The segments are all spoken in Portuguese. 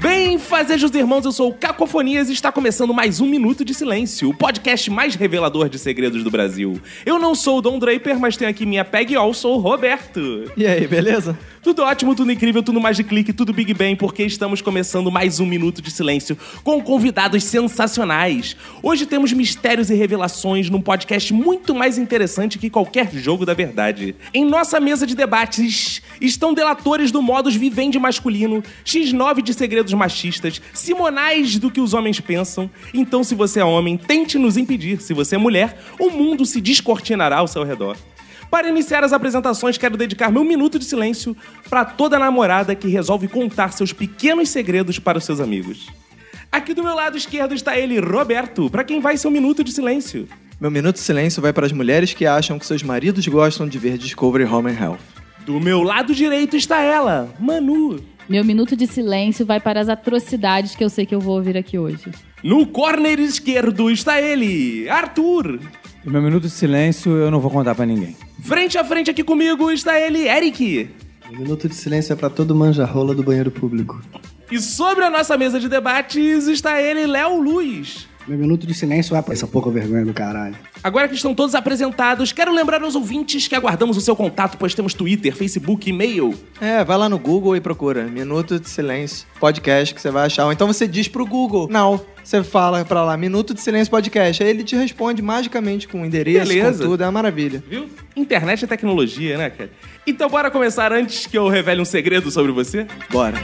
Bem, fazejos irmãos, eu sou o Cacofonias e está começando mais um Minuto de Silêncio, o podcast mais revelador de segredos do Brasil. Eu não sou o Dom Draper, mas tenho aqui minha Peg All, sou o Roberto. E aí, beleza? Tudo ótimo, tudo incrível, tudo mais de clique, tudo Big Bang, porque estamos começando mais um Minuto de Silêncio com convidados sensacionais. Hoje temos mistérios e revelações num podcast muito mais interessante que qualquer jogo da verdade. Em nossa mesa de debates estão delatores do modus vivendi masculino, X9 de segredos machistas, simonais do que os homens pensam. Então, se você é homem, tente nos impedir. Se você é mulher, o mundo se descortinará ao seu redor. Para iniciar as apresentações, quero dedicar meu minuto de silêncio para toda namorada que resolve contar seus pequenos segredos para os seus amigos. Aqui do meu lado esquerdo está ele, Roberto, para quem vai ser um minuto de silêncio. Meu minuto de silêncio vai para as mulheres que acham que seus maridos gostam de ver Discovery Home and Health. Do meu lado direito está ela, Manu. Meu minuto de silêncio vai para as atrocidades que eu sei que eu vou ouvir aqui hoje. No corner esquerdo está ele, Arthur. E meu minuto de silêncio eu não vou contar pra ninguém. Frente a frente aqui comigo está ele, Eric. Um minuto de silêncio é pra todo manja-rola do banheiro público. E sobre a nossa mesa de debates está ele, Léo Luz. Meu minuto de silêncio é pra essa pouca vergonha do caralho. Agora que estão todos apresentados, quero lembrar aos ouvintes que aguardamos o seu contato, pois temos Twitter, Facebook, e-mail. É, vai lá no Google e procura Minuto de Silêncio Podcast que você vai achar. Ou então você diz pro Google. Não, você fala pra lá Minuto de Silêncio Podcast. Aí ele te responde magicamente com o endereço, Beleza. com tudo. É uma maravilha. Viu? Internet é tecnologia, né, cara? Então bora começar antes que eu revele um segredo sobre você? Bora.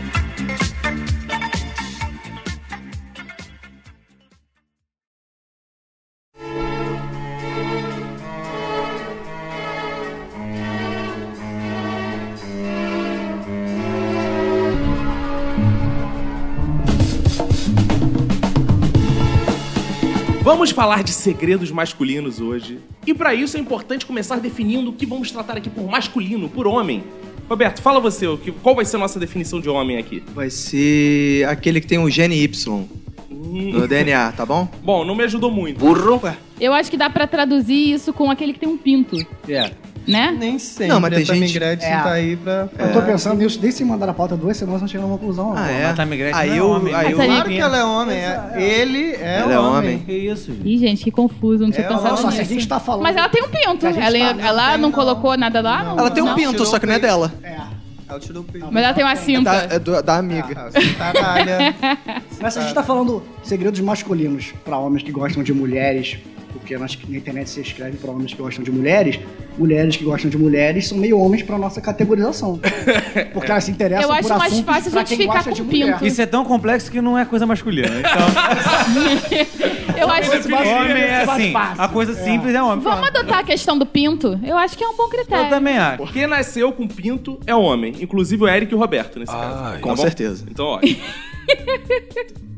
Vamos falar de segredos masculinos hoje. E pra isso é importante começar definindo o que vamos tratar aqui por masculino, por homem. Roberto, fala você, o que- qual vai ser a nossa definição de homem aqui? Vai ser aquele que tem o gene Y no DNA, tá bom? Bom, não me ajudou muito. Eu acho que dá pra traduzir isso com aquele que tem um pinto, É. né? Nem sempre. Não, mas tem a Tammy gente- Gretchen tá aí pra... Eu É. tô pensando nisso desde se mandar a pauta duas semanas, não chegar a uma conclusão. Ah, é? mas tá migrante, não Aí é eu... homem, aí né? eu- Mas aí- Claro que ela é homem. é- Ele é Ela é homem. homem. Que isso, gente? Ih, gente, que confuso, não tinha É, pensado Nossa, nisso. se a gente tá falando. Mas ela tem um pinto. A gente Ela, tá- ela tem, não não. colocou nada lá? Não. Ela tem um não? pinto, só que não é dela. Ela tirou o peito. Mas ela tem uma Tá, cinta. Da, é do- da amiga. Ah, você tá na área. Mas se a gente tá falando segredos masculinos pra homens que gostam de mulheres, porque nas- na internet se escreve pra homens que gostam de mulheres, mulheres que gostam de mulheres são meio homens pra nossa categorização. Porque elas se interessam Eu por acho mais assuntos fácil pra quem justificar gosta com de pinto. mulher. Isso é tão complexo que não é coisa masculina. Então, Eu acho Esse bate- homem é esse assim. bate-papo. A coisa simples é homem. Vamos adotar a questão do pinto? Eu acho que é um bom Eu critério. também acho. Quem nasceu com pinto é homem, inclusive o Eric e o Roberto nesse caso. Ah, com certeza. Então, ó.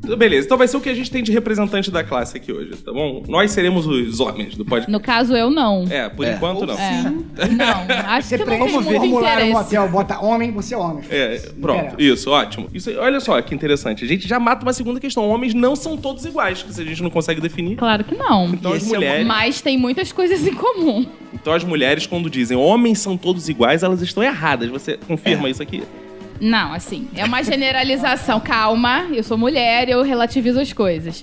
Então, Beleza, então vai ser o que a gente tem de representante da classe aqui hoje, tá bom? Nós seremos os homens do podcast. No caso, eu não. É, por enquanto não. É. Não, acho Você que não preenche tem um muito formulário no interesse. hotel, bota homem, você é homem. É, Não pronto. interessa. Isso, ótimo. Isso, olha só que interessante. A gente já mata uma segunda questão. Homens não são todos iguais, que se a gente não consegue definir. Claro que não. Então as Esse é um- mulheres, Mas tem muitas coisas em comum. então as mulheres quando dizem homens são todos iguais, elas estão erradas. Você confirma É. isso aqui? Não, assim, é uma generalização. Calma, eu sou mulher, eu relativizo as coisas.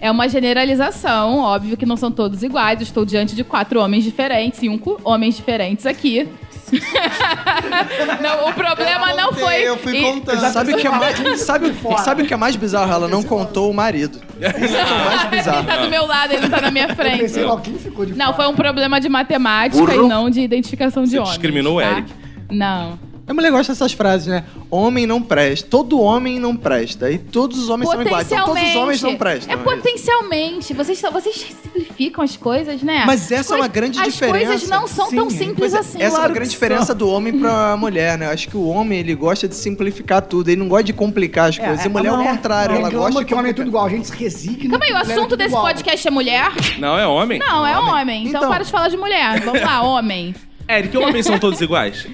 É uma generalização, óbvio que não são todos iguais. Eu estou diante de quatro homens diferentes, cinco homens diferentes aqui. Não, o problema Eu não contei, foi. Eu fui e- contando. Sabe o que é mais, sabe, sabe o que é mais bizarro? Ela não contou o marido. Isso é o mais Ele bizarro. tá do meu lado, ele não tá na minha Eu frente. pensei logo, quem ficou de Não, um fora? foi um problema de matemática e não de identificação de Você homens. discriminou o tá? Eric. Não. A mulher gosta dessas frases, né? Homem não presta. Todo homem não presta. E todos os homens são iguais. Então todos os homens não prestam. É potencialmente. Vocês, só- vocês simplificam as coisas, né? Mas essa As é uma coi- grande as diferença. coisas não são tão Sim, simples mas é- assim. Essa é Claro uma grande que diferença do homem pra mulher, né? Eu acho que o homem, ele gosta de simplificar tudo. Ele não gosta de complicar as coisas. e a mulher é o contrário. Ela reclama gosta de que homem é tudo complicar. igual. A gente se resigna. Calma aí, o mulher é assunto tudo desse igual. podcast é mulher? Não, é homem? Não, é homem. Então, Então. para de falar de mulher. Vamos lá, homem. Eric, homens são todos iguais?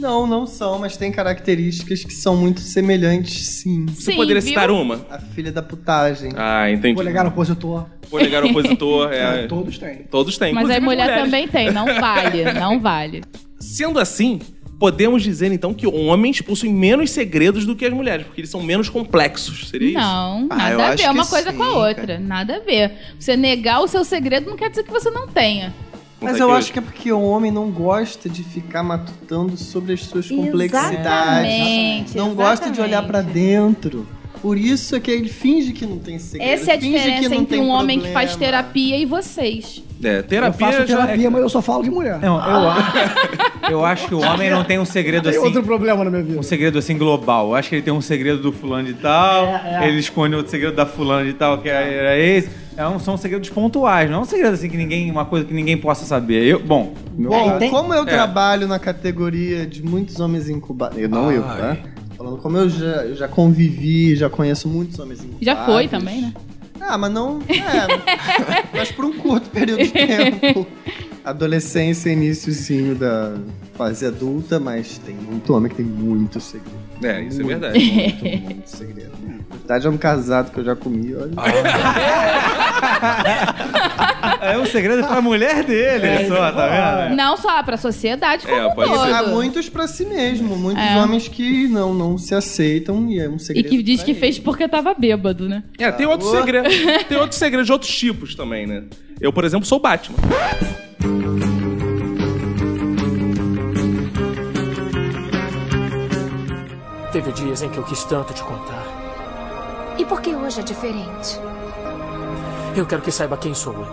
Não, não são, mas tem características que são muito semelhantes, sim. Você Sim, poderia viu? citar um, uma? A filha da putagem. Ah, entendi. Polegar opositor. Polegar opositor, é. Todos têm. Todos têm. Mas inclusive aí as mulher mulheres. também tem. Não vale, não vale. Sendo assim, podemos dizer então que homens possuem menos segredos do que as mulheres, porque eles são menos complexos. Seria isso? Não, Ah, eu nada a acho ver. É que uma coisa sim, com a outra. cara. Nada a ver. Você negar o seu segredo não quer dizer que você não tenha. Mas Conta eu aqui acho que é porque o homem não gosta de ficar matutando sobre as suas complexidades. Exatamente. Não gosta de olhar pra dentro. Por isso é que ele finge que não tem segredo. Essa é a finge que diferença não entre tem um homem que problema. faz terapia e vocês. É, Eu terapia. faço já- Ah. terapia, mas eu só falo de mulher. Não, eu, acho, eu acho que o homem não tem um segredo Tem assim. outro problema na minha vida. Um segredo assim global. Eu acho que ele tem um segredo do fulano de tal, É, é. ele esconde outro segredo da fulano de tal, que era esse. É um, são segredos pontuais, não é um segredo assim que ninguém. Uma coisa que ninguém possa saber. Eu, bom, meu Bom, caso- como É. eu trabalho na categoria de muitos homens incubados. Eu não eu, tá? Falando como eu já, eu já convivi, já conheço muitos homens incubados. Já foi também, né? Ah, mas não. É, mas por um curto período de tempo. Adolescência, iníciozinho da fase adulta, mas tem muito homem que tem muito segredo. É, isso é Muito, verdade. Muito, muito segredo. Na verdade, é um casado que eu já comi, olha. É um segredo pra mulher dele só, tá vendo? Não só pra sociedade, como É, um pode todo. ser. Há muitos pra si mesmo, muitos É. homens que não, não se aceitam e é um E segredo. que diz pra que ele. fez porque tava bêbado, né? É, tem outro Alô? segredo. Tem outros segredos de outros tipos também, né? Eu, por exemplo, sou Batman. Teve dias em que eu quis tanto te contar. E por que hoje é diferente? Eu quero que saiba quem sou eu.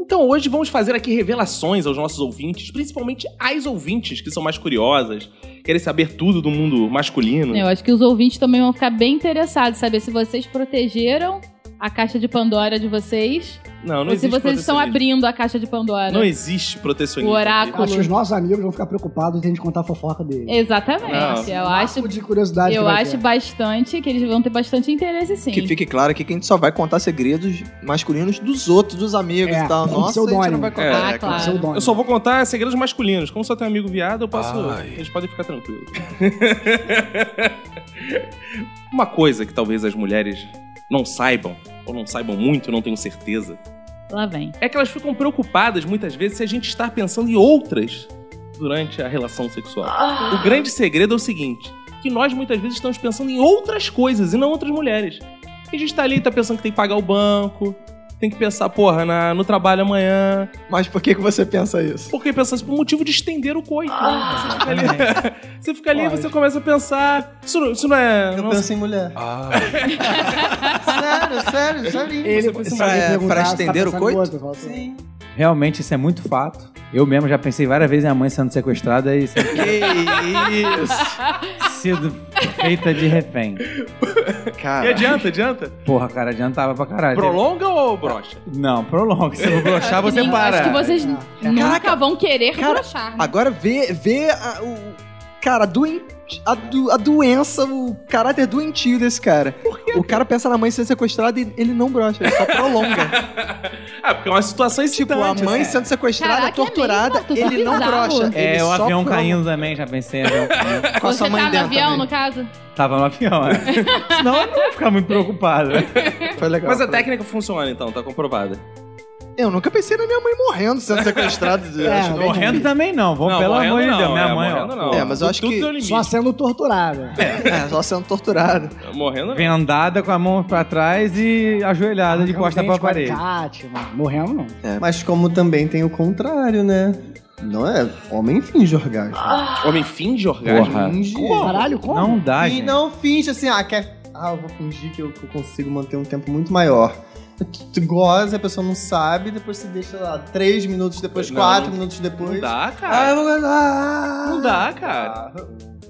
Então hoje vamos fazer aqui revelações aos nossos ouvintes, principalmente às ouvintes que são mais curiosas, querem saber tudo do mundo masculino. Eu acho que os ouvintes também vão ficar bem interessados em saber se vocês protegeram a caixa de Pandora de vocês Não, não ou se existe vocês estão protecionismo. abrindo a caixa de Pandora. Não existe protecionismo. O oráculo. Acho que os nossos amigos vão ficar preocupados em de contar a fofoca dele. Exatamente. Não. É, Eu Marco acho, de curiosidade. é que eu vai ter. acho bastante que eles vão ter bastante interesse, sim. Que fique claro aqui que a gente só vai contar segredos masculinos dos outros, dos amigos É, e tal. com Nossa, a gente pseudônimo. um não vai É, contar. né, ah, claro. Pseudônimo. Eu só vou contar segredos masculinos. Como só tem um amigo viado, eu posso. Ai. Eles podem ficar tranquilos. Uma coisa que talvez as mulheres não saibam, ou não saibam muito, não tenho certeza, Lá vem. é que elas ficam preocupadas muitas vezes se a gente está pensando em outras durante a relação sexual. O grande segredo é o seguinte: que nós muitas vezes estamos pensando em outras coisas e não outras mulheres. E a gente tá ali tá pensando que tem que pagar o banco, tem que pensar, porra, na- no trabalho amanhã, Mas por que, que você pensa isso? porque pensa assim, por motivo de estender o coito. né? Ah. Você fica ali, você, fica ali você começa a pensar. Isso não, isso não é. Eu não- penso em mulher. sério, sério, sério. Ele Pra- se alguém perguntar, pra você tá estender o pensando coito? em outro, fala, "Sim." Realmente, isso é muito fato. Eu mesmo já pensei várias vezes em a mãe sendo sequestrada e sendo Que isso? sido feita de refém. E Cara, adianta, adianta? Porra, cara, adiantava pra caralho. Prolonga ou brocha? Não, prolonga. Se eu broxar, Acho que você nem- para. Acho que Ah, vocês nunca Caraca. vão querer Cara, brochar. né? agora vê, vê a- o. Cara, a, doen- a do- a doença, o caráter doentio desse cara. O cara pensa na mãe sendo sequestrada e ele não brocha, ele só prolonga. Ah, porque é uma situação tipo, a excitante. mãe sendo sequestrada, Caraca, é mesmo, torturada, Arthur, tá ele não bizarro. brocha. ele É, o só avião prolonga. caindo também, já pensei em avião caindo. Com a Você sua mãe tá no dentro avião, também. no caso? Tava no avião, né? Senão eu não ia ficar muito preocupado. né? Foi legal. Mas a foi legal. técnica funciona então, tá comprovada. Eu nunca pensei na minha mãe morrendo sendo sequestrada. eu É, acho bem Morrendo também não, vamos, não, pelo morrendo amor de não, Deus. Minha é, mãe, morrendo ó. não. É, mas eu acho Tudo que- tem um limite. Só sendo torturado. É, só sendo torturado. Morrendo não. Vendada com a mão pra trás e ajoelhada de costa pra parede. Alicate, mano. Morrendo não. Mas como também tem o contrário, né? Não é? Homem finge orgasmo. Homem finge orgasmo. Porra. Finge. Caralho, como? Não dá, E gente. não finge assim, ah, quer. Ah, eu vou fingir que eu, que eu consigo manter um tempo muito maior. tu- tu goza, a pessoa não sabe, depois você deixa sei lá, três minutos depois, Não. quatro minutos depois. Não dá, Ah, eu cara. vou gozar. Não dá, cara.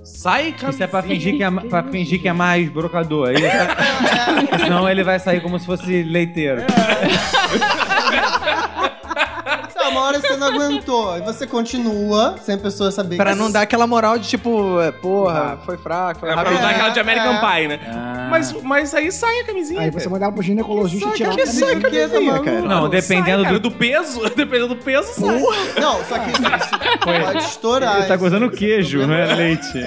Sai, cara. Isso é pra fingir que é, pra fingir que é mais brocador. Aí ele- senão ele vai sair como se fosse leiteiro. Tá, uma hora você não aguentou. E você continua, sem a pessoa saber Pra que- não dar aquela moral de tipo, é, porra, foi fraco, foi É pra rápido. não dar aquela de É, American é. Pie, né? Ah. Mas, mas aí sai a camisinha. Aí você cara. mandava pro ginecologista e tirar Que saco camisinha. que é, mano? Não, dependendo Sai, cara, do do. peso, dependendo do peso, sai. Não, só que isso, isso pode estourar. Ele tá isso. um gozando queijo, não é leite.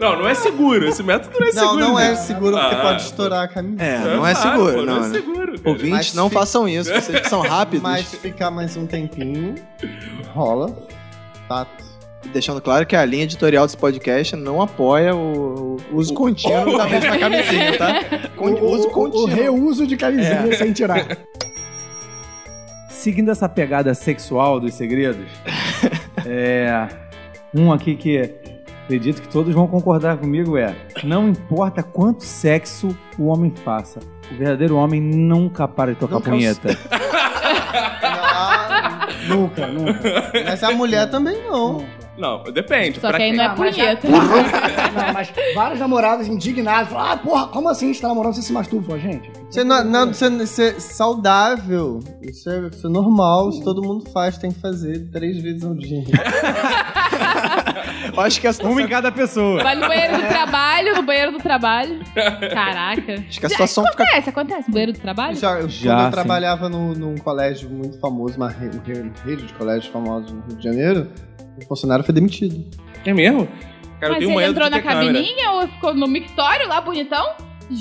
Não, não é seguro. Esse método não é Não, seguro. não né? é seguro porque Ah. pode estourar a camisa. É, não é claro, seguro, pô, não, é né? seguro. cara. Ouvintes, Mas não fica- façam isso, vocês que são rápidos. Mas ficar mais um tempinho, rola. Tá. Deixando claro que a linha editorial desse podcast não apoia o, o uso contínuo da mesma camisinha, tá? O, Con- o, uso o, o contínuo. reuso de camisinha sem tirar. Seguindo essa pegada sexual dos segredos, é. Um aqui que acredito que todos vão concordar comigo é: não importa quanto sexo o homem faça, o verdadeiro homem nunca para de tocar Nunca é o punheta. Ah, nunca, nunca. mas a mulher também não. nunca. Não, depende. Só pra que aí quem? não é Não, mas já- punheta. Não, mas vários namorados indignados falam: ah, porra, como assim? Você tá namorando, você se masturba, Fala, gente. Você não, não, você, você é saudável. Isso é, isso é normal. Isso todo mundo faz, tem que fazer três vezes ao dia. Eu Acho que a, Uma em cada pessoa. Vai no banheiro do trabalho, no banheiro do trabalho. Caraca. acho que a situação fica. Acontece, É, acontece. No banheiro do trabalho? Já, eu- Já, quando eu sim. trabalhava no, num colégio muito famoso, uma re- uma re- rede de colégios famosos no Rio de Janeiro, o funcionário foi demitido. É mesmo? Cara, eu Mas tenho um ele medo entrou de na ter câmera. cabininha ou ficou no mictório lá, bonitão?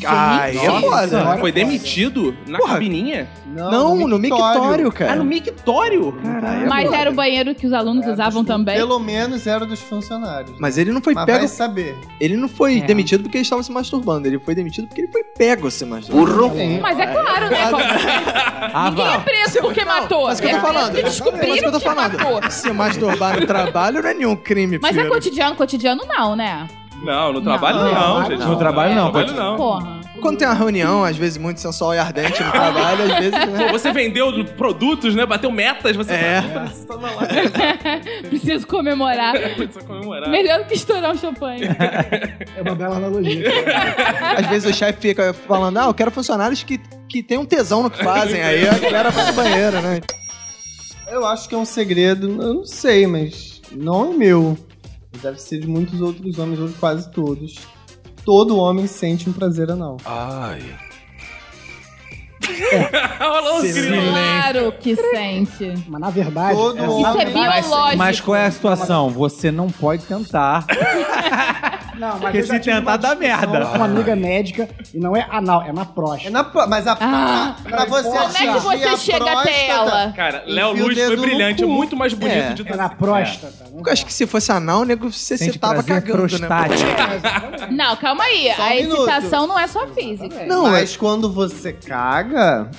Ai, Gente, é foda. Agora Foi foda. demitido na Porra. cabininha? Não, no mictório, cara. Ah, no mictório? Caralho. mas era o banheiro que os alunos usavam também. Pelo menos era dos funcionários. Mas ele não foi Mas pego. vai saber. Ele não foi É. demitido porque ele estava se masturbando. Ele foi demitido porque ele foi pego se masturbando. Sim. Mas é claro, né? Ah, Ninguém é vá. preso porque matou. Mas o que eu É tô preso falando? porque Mas o que Descobriram eu tô que matou. falando? Se masturbar no trabalho não é nenhum crime, Mas é filho. cotidiano, cotidiano não, né? Não, no trabalho Não, não, não, gente. No trabalho não, No trabalho não. Porra. Quando tem uma reunião, às vezes muito sensual e ardente no trabalho, às vezes. né? Pô, você vendeu produtos, né? Bateu metas, você É. Pô, você tá na lá. Preciso comemorar. Precisa comemorar. Melhor do que estourar um champanhe. É uma bela analogia. Às vezes o chefe fica falando, ah, eu quero funcionários que, que tem um tesão no que fazem. Aí a galera vai no banheiro, né? Eu acho que é um segredo, eu não sei, mas não é meu. Deve ser de muitos outros homens, ou de quase todos. Todo homem sente um prazer anal. Ai, Olha lá os grilos. Claro que sente. Mas na verdade. assim. Todo essa- Isso é Mas- biológico. Mas qual é a situação? Você não pode tentar. Não, mas Porque eu já se tive tentar, uma dá discussão merda. com Uma amiga médica, e não é anal, é na É próstata. na pro- Mas a, Ah. pra você Como Como é é que atingir a você chega até próstata, ela? Cara, Enfia Léo o Luz foi dedo no brilhante, é cu. muito mais bonito É. de É na próstata. não Eu acho que se fosse anal, o nego, você, você Sente tava prazer cagando, né? prostático. Não, calma aí. Só um a minuto. excitação não é só física. Não, Mas é quando você caga,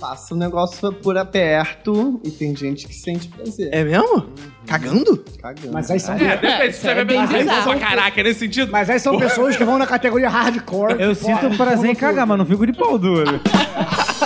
passa o negócio por aperto e tem gente que sente prazer. É mesmo? Cagando? Cagando. Mas aí são, É, depende, se você vai bem beber bizarro. pra caraca, nesse sentido. mas aí são pessoas que vão na categoria hardcore. Eu que, porra, sinto um prazer em cagar, mas não fico de pau duro.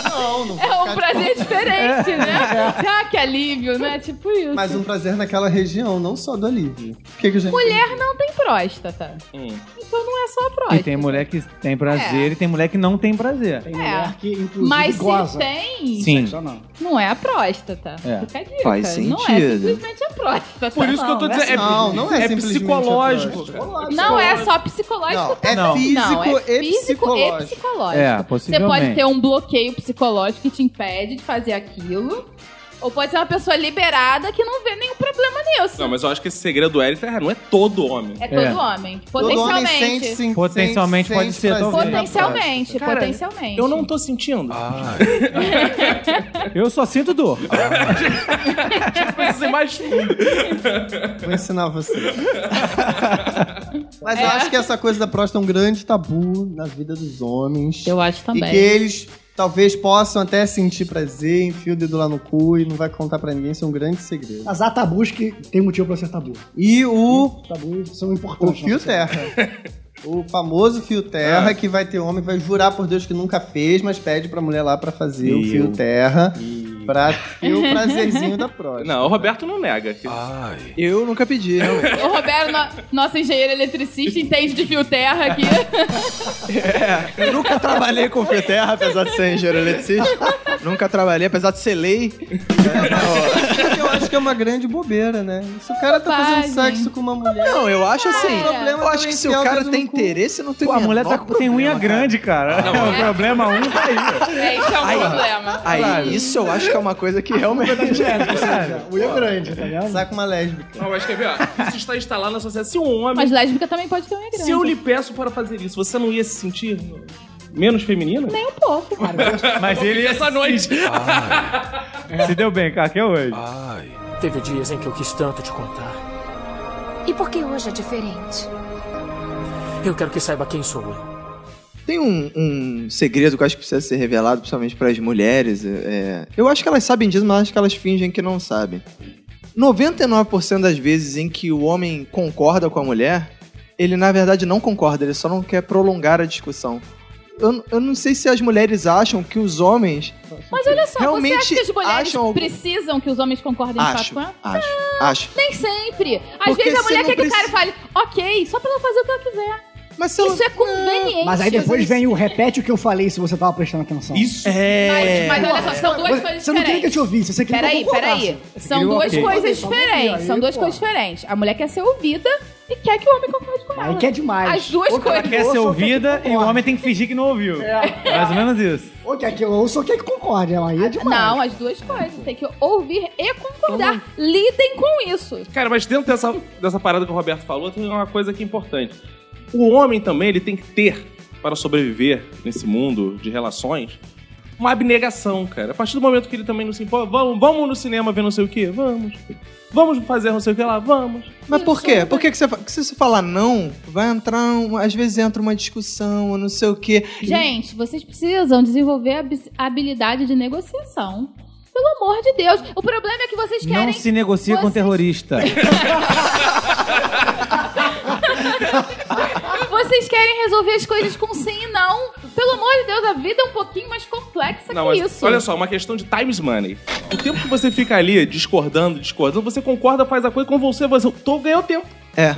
Não, não vou É um ficar de- prazer diferente, né? Ah, que alívio, né? Tipo isso. Mas um prazer naquela região, não só do alívio. O que, que a gente. Mulher não tem próstata. Hum. Então não é só próstata. E tem mulher que tem prazer e tem mulher que não tem prazer. Tem mulher que, inclusive, Mas se goza. tem, Sim. Só não. não é a próstata. É. Fica a dica. Faz Não é sentido. simplesmente a próstata. Por isso que eu tô não, dizendo. é- Não, não é É simplesmente psicológico. atrás. cara. Não é só psicológico Não, também. é Não. físico não, é e físico e psicológico. psicológico. É, Você possivelmente. pode ter um bloqueio psicológico que te impede de fazer aquilo. Ou pode ser uma pessoa liberada que não vê nenhum problema nisso. Não, mas eu acho que esse segredo do Eric é, não é todo homem. É todo É. homem. Todo homem Potencialmente. sente, sim, Potencialmente sente- pode ser, sente talvez. prazer. Potencialmente, Cara, potencialmente. Eu não tô sentindo. ai, Eu só sinto dor. Precisa ser mais um. fundo. Vou ensinar você. Mas eu acho que essa coisa da próstata é um grande tabu na vida dos homens. Eu acho e também. que eles talvez possam até sentir prazer, enfia o dedo lá no cu e não vai contar pra ninguém, isso é um grande segredo. Mas há tabus que tem motivo pra ser tabu. E o, Tabus são o importantes. né? fio não sei. terra. é O famoso fio terra Ah. que vai ter homem que vai jurar por Deus que nunca fez, mas pede pra mulher lá pra fazer o Ih, fio o- terra pra ter o prazerzinho da próstata. Não, o Roberto não nega. Ai, Eu nunca pedi, não. O Roberto, no- nosso engenheiro eletricista, entende de fio terra aqui. Eu nunca trabalhei com fio terra, apesar de ser engenheiro eletricista. nunca trabalhei, apesar de ser lei. Só que eu acho que é uma grande bobeira, né? Se o cara tá fazendo Fazem. sexo com uma Ah, é. mulher. Não, eu acho assim. Cara. Eu acho que se o Problema cara do tem cu. interesse, não tem Pô, a mulher tá, menor tem problema, unha cara. grande, cara. Não, o problema um tá aí. É, isso é um Aí. problema. Aí, isso eu acho que é uma coisa que realmente Cara, mulher grande, tá ligado? Saca uma lésbica. Não, mas quer ver, ó. Isso está instalado na sociedade. Se um homem. Mas lésbica também pode ter uma grande. Se eu lhe peço para fazer isso, você não ia se sentir menos feminina? Nem um pouco, cara. É. Mas ele essa noite. se deu bem, cara, que é hoje. ai, Teve dias em que eu quis tanto te contar. E por que hoje é diferente? Eu quero que saiba quem sou eu. Tem um, um segredo que eu acho que precisa ser revelado, principalmente para as mulheres. é- Eu acho que elas sabem disso, mas acho que elas fingem que não sabem. 99% das vezes em que o homem concorda com a mulher, ele na verdade não concorda, ele só não quer prolongar a discussão. Eu, eu não sei se as mulheres acham que os homens. Mas olha só, Realmente você acha que as mulheres acham algum- precisam que os homens concordem de fato Acho, com ela? acho, acho. Nem sempre. Às Porque vezes a você mulher não quer que o precisa- cara fale, ok, só pra ela fazer o que ela quiser. Mas se ela- Isso é conveniente. Mas aí depois vem o repete o que eu falei se você tava prestando atenção. Isso. É. Mas, mas olha só, são duas coisas Você não queria que eu diferentes. te ouvisse, você queria Peraí, que eu concordasse. peraí. São duas ok. coisas Só vou ouvir, diferentes. aí, São duas porra. coisas diferentes. A mulher quer ser ouvida e quer que o homem concorde com ela. Aí que é demais. As duas Ou que ela coisas. Quer ser ouça, ou que ouvida eu e o concorde. homem tem que fingir que não ouviu. É. Mais ou menos isso. Ou quer que eu ouça ou quer que concorde. Aí é demais. Não, as duas coisas. Tem que ouvir e concordar. Então Lidem com isso. Cara, mas dentro dessa, dessa parada que o Roberto falou, tem uma coisa que é importante. O homem também, ele tem que ter, para sobreviver nesse mundo de relações, uma abnegação, cara. A partir do momento que ele também não se impõe, vamos, vamos no cinema ver não sei o quê? Vamos. Vamos fazer não sei o que lá? Vamos. Mas por né? quê? Por que, que você fa- que se você falar não, vai entrar. um- às vezes entra uma discussão, não sei o quê. Gente, vocês precisam desenvolver a bis- a habilidade de negociação. Pelo amor de Deus. O problema é que vocês querem. Não se negocia com vocês- terrorista. Vocês querem resolver as coisas com sim e não. Pelo amor de Deus, a vida é um pouquinho mais complexa Não, que mas isso. olha só, uma questão de times money. O tempo que você fica ali discordando, discordando, você concorda, faz a coisa com você, você tô, ganhou tempo. É.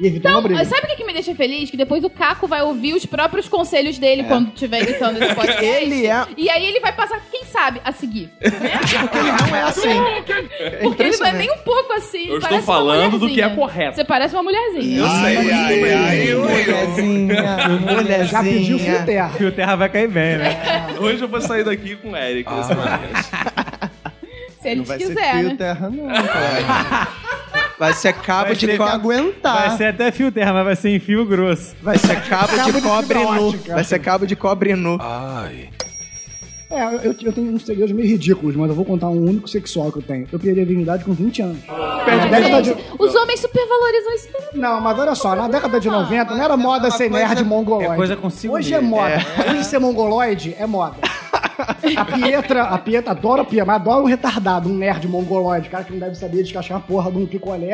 E evitar uma briga. Sabe o que, que me deixa feliz? Que depois o Caco vai ouvir os próprios conselhos dele quando estiver editando esse podcast. Ele é. E aí ele vai passar, quem sabe, a seguir. né? Porque ele não é assim. Porque ele não é impressionante. nem um pouco assim. Eu estou parece uma falando do que é mulherzinha. correto. Você parece uma mulherzinha. ai, ai, ai, Mulherzinha, mulherzinha. Já pediu fio terra. E o terra vai cair bem, né? Hoje eu vou sair daqui com o Eric. nesse momento. Se ele Não vai quiser, ser fio né? terra, não, cara. Vai ser cabo Vai de ser Tem que cobre. aguentar. Ah. Vai ser até fio terra, mas vai ser em fio grosso. Vai ser cabo, Cabo de Ah. de cobre fibra nu. ótica. Vai ser cabo de cobre nu. ai. É, eu, eu tenho uns segredos meio ridículos, mas eu vou contar um único sexual que eu tenho. Eu perdi a virgindade com 20 anos. Na década de- Gente, os homens supervalorizam isso. Não, mas olha só, na década de 90 não era moda ser coisa- nerd mongoloide. é coisa consigo Hoje é mesmo. moda. Hoje ser mongoloide é moda. A Pietra, a Pietra, adoro a Pietra, mas adoro um retardado, um nerd mongoloide, cara que não deve saber descachar a porra de um picolé,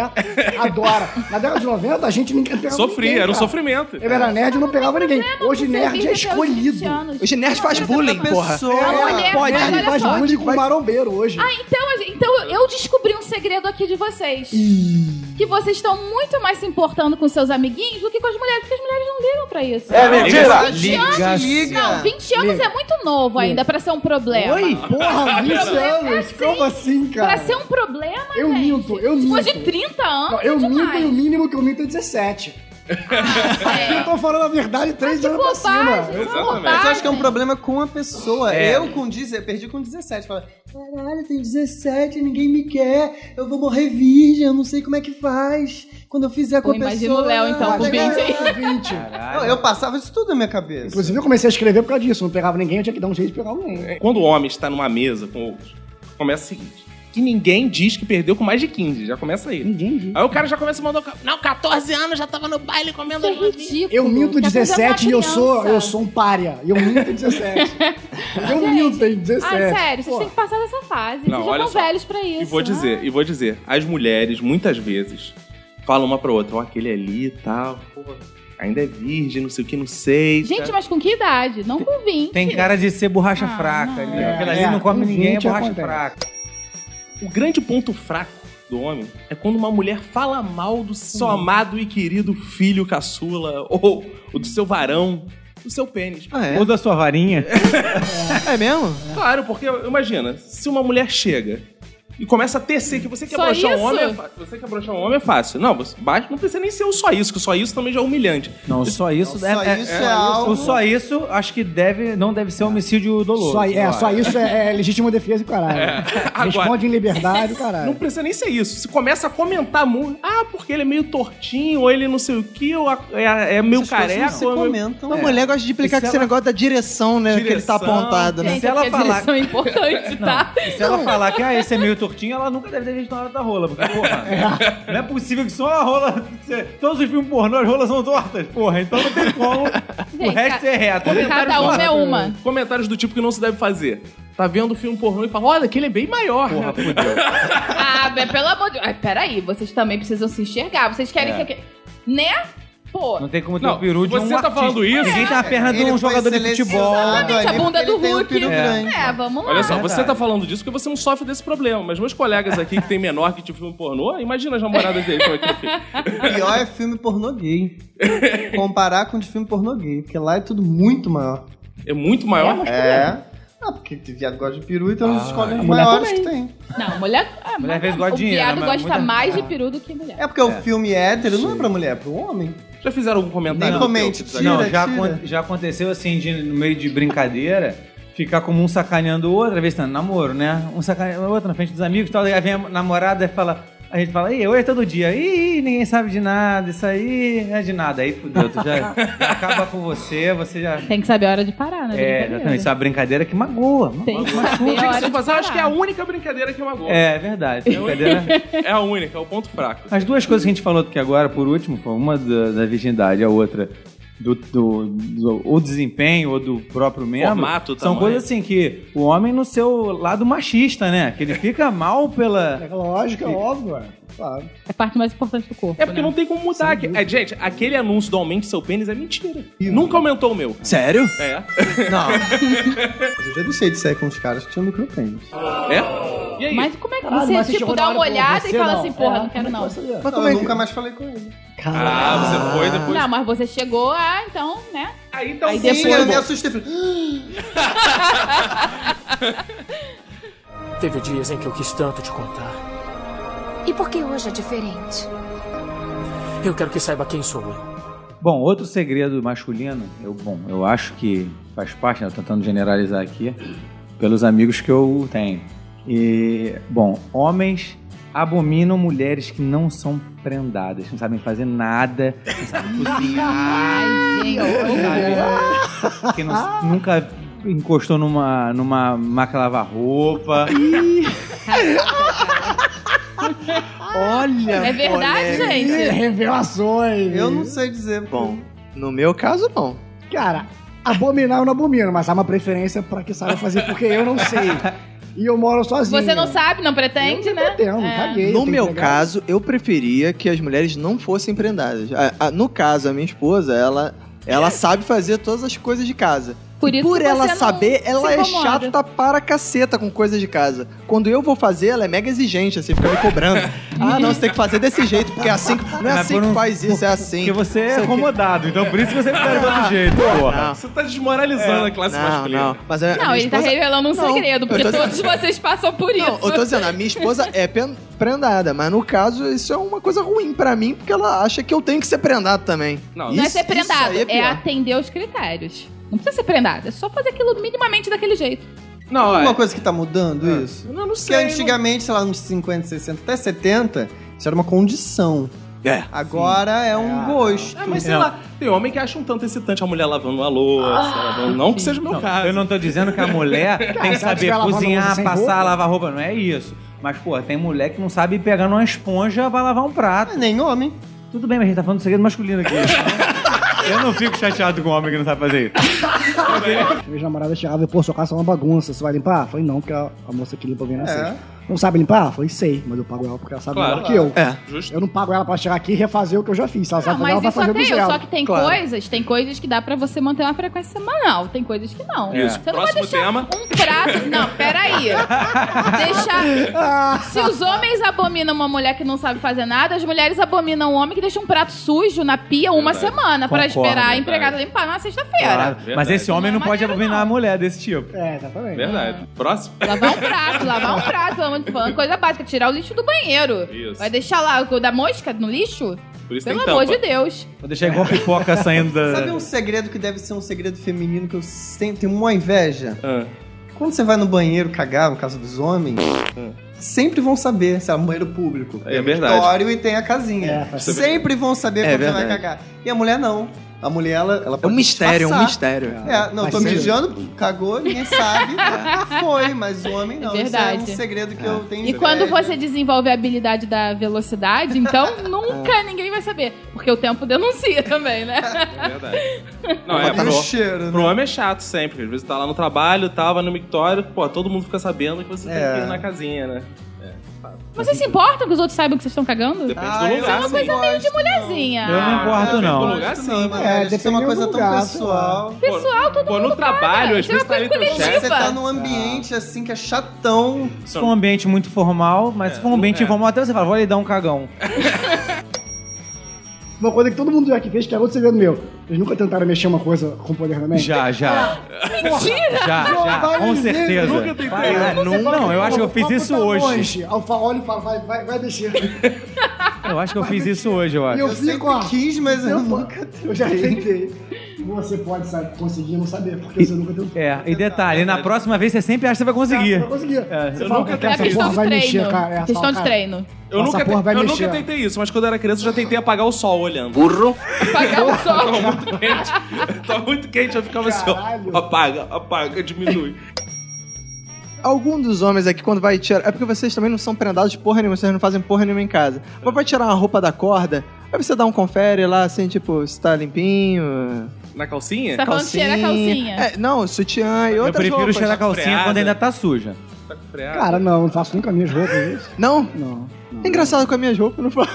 adora. Na década de 90 a gente ninguém pegava Sofri, ninguém, era um cara. sofrimento. Eu era nerd e não pegava ninguém. Hoje nerd é escolhido. Hoje nerd faz é bullying, porra. A mulher, pode, mas Nerd olha faz só. bullying com marombeiro hoje. Ah, então, a gente- então eu descobri um segredo aqui de vocês. Que vocês estão muito mais se importando com seus amiguinhos do que com as mulheres, porque as mulheres não ligam pra isso. É mentira! 20 anos, não, 20 anos é muito novo ainda pra ser um problema. Oi, porra, 20 anos? Como assim, cara? Pra ser um problema, Eu gente. minto, eu Se for minto. de 30 anos, Não, eu é minto e o demais. mínimo que eu minto é 17. Eu É. tô falando a verdade três Que anos pra bobagem, cima. isso é Exatamente. bobagem. Mas eu acho que é um problema com a pessoa. É. Eu com 10, eu perdi com 17. Fala, caralho, eu tenho 17, ninguém me quer, eu vou morrer virgem, eu não sei como é que faz. Quando eu fizer com Pô, a pessoa. imagina o Léo, então, com Ah, 20 aí. legal. 20. Não, eu passava isso tudo na minha cabeça. um Inclusive, eu comecei a escrever por causa disso. Não pegava ninguém, eu tinha que dar um jeito de pegar alguém. É, Quando o homem está numa mesa com outros, começa o seguinte: que ninguém diz que perdeu com mais de 15. Já começa aí. Ninguém viu. Aí o cara já começa a mandar o cara. Não, 14 anos já tava no baile comendo. Isso é ridículo. Eu minto Tá fazendo 17 e eu uma sou, criança. eu sou um pária. E eu minto em 17. eu minto em 17. Ah, sério, Pô, vocês têm que passar dessa fase. Não, vocês já olha estão só. velhos pra isso. né? E vou dizer, e vou dizer, as mulheres muitas vezes falam uma pra outra, ó, aquele ali e tal, pô. ainda é virgem, não sei o que, não sei. Gente, mas com que idade? Não com 20. Tem cara de ser borracha fraca ali. É, Aquela ali é, não come com ninguém, é 20 borracha acontece. fraca. O grande ponto fraco do homem é quando uma mulher fala mal do seu amado e querido filho caçula, ou, ou do seu varão, do seu pênis. Ah, é? Ou da sua varinha. É mesmo? Claro, porque imagina, se uma mulher chega e começa a tecer que você quer Só broxar um isso? homem, é fa- você quer broxar um homem é fácil. Não, você bate, não precisa nem ser o só isso, que o só isso também já é humilhante. Não, só isso. Não, só isso é algo- O só isso, acho que deve, não deve ser homicídio doloso. Só, eu é, acho. só isso é, é legítima defesa e caralho. É. Agora- Responde em liberdade, É. caralho. Não precisa nem ser isso. Se começa a comentar muito, ah, porque ele é meio tortinho, ou ele não sei o que, ou a- é, é meio Essas coisas não careca. se ou é meio- comentam. Então, mulher gosta de implicar E se com esse ela- negócio da direção, né? Que ele Direção, tá apontado, né? Gente, Se ela aqui a falar- direção é importante, tá? Se ela falar que ah, esse é meio tortinho, ela nunca deve ter visto na hora da rola. Porque, porra, não é possível que só a rola. Todos os filmes pornô, as rolas são tortas. Porra, então não tem como. o Gente, resto ca- é reto. Cada uma é uma. Comentários do tipo que não se deve fazer. Tá vendo o filme pornô e fala, olha, aquele é bem maior. né? Ah, mas pelo amor de Deus. Ai, Peraí, vocês também precisam se enxergar. Vocês querem que. Né? Pô. Não tem como ter Não, o peru de você um tá artista. falando isso? Ninguém tá a perna de Ele um foi jogador de futebol. Gente, selecionado a ali bunda porque do ele tem um Hulk. peru grande. É, vamos lá. Olha só, É você verdade. tá falando disso porque você não sofre desse problema, mas meus colegas aqui que tem menor que tipo filme pornô, imagina as namoradas dele. como é que fica. Pior é filme pornô gay. Comparar com de filme pornô gay, porque lá é tudo muito maior. É muito maior. É. Ah, porque viado gosta de peru, então eles Ah, escolhem os mulher maiores que tem. Não, mulher. Ah, Mulher às mas- vezes gosta o de dinheiro, viado mas gosta muita- mais de peru do que mulher. É porque o filme hétero não é pra mulher, é pro homem. Já fizeram algum comentário? Nem do comente, teu? Tipo, tira. Não, já, acon- já aconteceu assim, de- no meio de brincadeira, ficar como um sacaneando o outro, às vezes tá no namoro, né? Um sacaneando o outro na frente dos amigos e tal, daí vem a namorada e fala. A gente fala, ei, oi todo dia, ih, ninguém sabe de nada, isso aí não é de nada. Aí fudeu, tu já, já acaba com você, você já. Tem que saber a hora de parar, né? É, exatamente, isso é uma brincadeira que magoa. magoa. Tem que saber a Tinha que hora se de fazer, acho que é a parar. única brincadeira que eu magoa. É, é verdade. Brincadeira. É a única, é o ponto fraco. As duas coisas que a gente falou aqui agora, por último, foi uma da, da virgindade, a outra do, do, do- ou desempenho ou do próprio membro. Formato, São tamanho. coisas assim que o homem no seu lado machista, né? Que ele fica mal pela. É lógico, é óbvio, é. Claro. É a parte mais importante do corpo. É porque né? não tem como mudar. É, gente, aquele anúncio do aumento seu pênis é mentira. Nunca aumentou o meu. Sério? É. Não. Mas eu já deixei de sair com os caras que tinham micropênis. É? E aí? Mas como é que Caralho, você, mas você tipo, chegou na dá uma hora e falou, olhada e "Você fala não." assim, porra, É, não quero não. Mas como é eu que- nunca mais falei com ele. Ah, você foi depois. Não, mas você chegou, ah, então, né? Aí então Aí sim, Sim, depois- eu me assustei. falei, Teve dias em que eu quis tanto te contar. E por que hoje é diferente? Eu quero que saiba quem sou eu. Bom, outro segredo masculino, eu, bom, eu acho que faz parte, né? eu tô tentando generalizar aqui, pelos amigos que eu tenho. E, bom, homens abominam mulheres que não são prendadas, não sabem fazer nada, não sabem cozinhar. Ai, gente, É, sabe? Que não- nunca encostou numa, numa máquina lavar roupa. Olha, É verdade, polêmica. Ih, gente. Revelações. Eu não sei dizer. Bom, no meu caso, não. Cara, abominar eu não abomino, mas há uma preferência pra que saiba fazer, porque eu não sei. E eu moro sozinho. Você não sabe, não pretende, Eu não né? pretendo, É. caguei. eu No tenho meu que pegar. caso, eu preferia que as mulheres não fossem prendadas. A- a- no caso, a minha esposa, ela, ela sabe fazer todas as coisas de casa. Por E isso Por que ela você não saber, se ela é incomoda. chata para caceta com coisas de casa. Quando eu vou fazer, ela é mega exigente, assim, fica me cobrando. ah, não, você tem que fazer desse jeito, porque é assim. que- Não é Mas assim por que um- faz isso, é assim. Porque você é Sei que- acomodado, então por isso que você pega do outro jeito, porra. Você tá desmoralizando a classe Não, masculina. não. Mas a, Não, minha ele tá esposa- revelando um Não, segredo, eu porque tô dizendo- todos vocês passam por Não, isso. eu tô dizendo, a minha esposa é pen- prendada, mas no caso isso é uma coisa ruim pra mim, porque ela acha que eu tenho que ser prendado também. Não, Não é Isso- ser prendado, isso aí é, é pior. atender os critérios. Não precisa ser prendado, é só fazer aquilo minimamente daquele jeito. Não, é Uma olha. coisa que tá mudando isso? Não, não Porque sei. antigamente, sei lá, uns 50, 60, até 70, isso era uma condição. É. Agora é um É. gosto. Ah, mas sei Não. lá, tem homem que acha um tanto excitante a mulher lavando uma louça. Ah, lavando- não que seja o meu Não, caso. eu não tô dizendo que a mulher tem que se ela saber tiver lavando louça cozinhar, sem passar, roupa. lavar roupa, não é isso. Mas, pô, tem mulher que não sabe pegar numa esponja pra lavar um Ah, prato. nem homem. Tudo bem, mas a gente tá falando do segredo masculino aqui. Eu não fico chateado com o homem que não sabe fazer isso. Minha namorada chegava e, pô, sua casa é uma bagunça, você vai limpar? Eu falei, não, porque a, a moça que limpa vem na É. sexta. Não sabe limpar? Falei, sei, mas eu pago ela porque ela sabe Claro, melhor claro. que eu. É, justo. Eu não pago ela pra chegar aqui e refazer o que eu já fiz. Se ela sabe Não, fazer, ela Então, mas vai isso até fazer do eu. zero. Só que tem coisas, tem coisas que dá pra você manter uma frequência semanal. Tem coisas que não. Isso. Você não vai Próximo deixar tema. um prato. Não, peraí. Deixa. Se os homens abominam uma mulher que não sabe fazer nada, as mulheres abominam um homem que deixa um prato sujo na pia uma Verdade. semana pra esperar Concordo, a verdade. empregada limpar na Claro. sexta-feira. Mas esse homem não, pode abominar a mulher desse tipo. É, exatamente. Verdade. Próximo. Lavar um prato, lavar um prato, lavar um pano, coisa básica, tirar o lixo do banheiro. Isso. Vai deixar lá o da mosca no lixo? Por isso Pelo tem amor de tampa. Deus. Vou deixar igual pipoca saindo da. É. Sabe um segredo que deve ser um segredo feminino que eu sempre tenho uma inveja? É. Ah. Quando você vai no banheiro cagar, no caso dos homens, É. sempre vão saber se é um banheiro público. É Tem o verdade. auditório e tem a casinha. É, faz sempre vão saber É quando você vai verdade. cagar. E a mulher não. A mulher, ela, É ela um pode mistério, é um disfarçar. mistério. É, não, Mas tô sério? mijando, cagou, ninguém sabe. É. Foi, mas o homem não. É verdade. Isso é um segredo que eu tenho. E quando inveja. você desenvolve a habilidade da velocidade, então nunca ninguém vai saber. Porque o tempo denuncia também, né? É verdade. Não, é, Mas tem o pro, cheiro, pro né? homem é chato sempre. Às vezes tá lá no trabalho, tá, vai no mictório, pô, todo mundo fica sabendo que você tem É. que ir na casinha, né? Vocês se importam que os outros saibam que vocês estão cagando? Depende Ah, do eu lugar, não sim. gosto, é não. Mulherzinha. Eu não Ah, importo, depende não. do lugar, sim. Não, mano. mas acho que isso é depende uma do coisa lugar, tão sei pessoal. Pessoal, todo Pô, no trabalho, às Isso é uma vezes tá ali coisa teu coletiva. chefe. Você tá num ambiente assim que é chatão. Se for um ambiente muito formal, mas se for um ambiente é. informal, até você fala, vou lhe dar um cagão. Uma coisa que todo mundo já que fez, que é outro segredo meu. Vocês nunca tentaram mexer uma coisa com poder na mente? Já, já. Mentira! Já, já, Vai com me ver, certeza. nunca tentei. Ah, não, não, eu acho que eu fiz tá isso hoje. Alfaolho fala, vai, vai, vai mexer. Eu acho que eu fiz isso hoje, eu acho. Eu Eu fico, sempre ó. quis, mas né? eu Eu, nunca. eu já tentei. tá Você pode sabe, conseguir não saber, porque você nunca tentou. É, e detalhe, na próxima vez você sempre acha que você vai conseguir. Você vai conseguir. Você eu fala, nunca "Cara, tentei. É essa questão porra de vai treino. mexer, cara. é Essa questão de cara- treino. Eu Essa nunca, porra vai eu nunca mexer. tentei isso, mas quando eu era criança eu já tentei apagar o sol olhando. Burro. Pagar o sol. Muito quente. Tá muito quente, eu ficava assim, Caralho. ó. Apaga, apaga, diminui. Algum dos homens aqui, quando vai tirar. É porque vocês também não são prendados de porra nenhuma, vocês não fazem porra nenhuma em casa. Mas vai tirar uma roupa da corda, aí você dá um confere lá, assim, tipo, se tá limpinho. Na calcinha? Tá falando calcinha. tirar a calcinha. É, não, sutiã e Eu outras prefiro roupas. cheirar a calcinha Freada. quando ainda tá suja. Tá com freada. Cara, não, não faço nem com as minhas roupas é isso. Não? Não. É engraçado com as minhas roupas, não falo.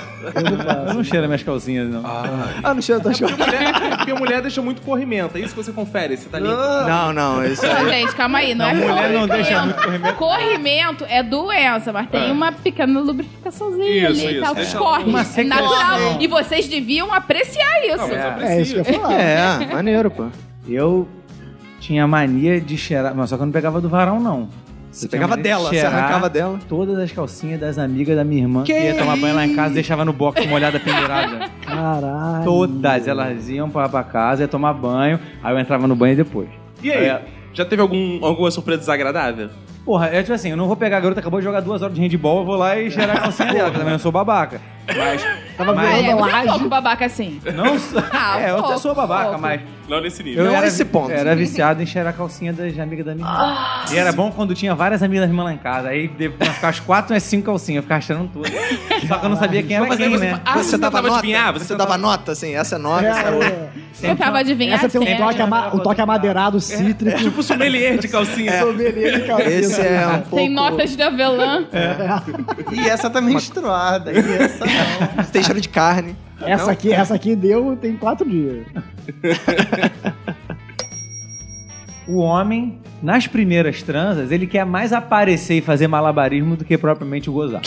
Eu não cheiro minhas calcinhas, não. Ah, não cheiro, tá chorando. Mulher- porque mulher deixa muito corrimento. É isso que você confere, se tá limpo. Ah. Não, não, isso Não, aí. gente, calma aí. Não, é mulher não deixa muito corrimento. Corrimento é doença, mas tem uma pequena lubrificaçãozinha Isso, ali e isso. tal. Deixa Escorre. uma É natural. secreção. E vocês deviam apreciar isso. mas eu É isso que eu ia falar. É, maneiro, pô. Eu tinha mania de cheirar, mas só que eu não pegava do varão, não. Você Eu tinha pegava mania de dela, você cheirar arrancava dela. Todas as calcinhas das amigas da minha irmã que, ia tomar banho lá em casa, deixava no box molhada, pendurada. Caralho. Todas elas iam pra, pra casa, ia tomar banho, aí eu entrava no banho depois. E aí? É. Já teve algum, alguma surpresa desagradável? Porra, é tipo assim, eu não vou pegar a garota, acabou de jogar duas horas de handball, eu vou lá e cheirar a calcinha dela, que eu também não sou babaca. Mas. Tava Ah, mas é, você é um laje. pouco babaca assim. não sou. Ah, é, eu até pouco, sou babaca, pouco. mas. é Não nesse nível. Eu Não era, esse ponto. Era viciado em cheirar a calcinha das amigas da minha irmã. Ah. E era bom quando tinha várias amigas da minha irmã lá em casa. Aí de- nós ficava as quatro e cinco calcinhas, eu ficava cheirando tudo. Só que eu não sabia quem era Mas aí quem, você né? fa- Ah, você tentava adivinhar? Você Você dava nota, assim, essa é nota, essa é outra. Eu tava adivinhando. Essa tem um toque, ama- um toque amadeirado, cítrico. Tipo sommelier de calcinha. É. Sommelier de cabeça. Esse é um pouco... Tem notas de É. avelã. E essa tá menstruada. E essa não. Tem cheiro de carne. Essa aqui, essa aqui deu tem quatro dias. O homem, nas primeiras transas, ele quer mais aparecer e fazer malabarismo do que propriamente gozar.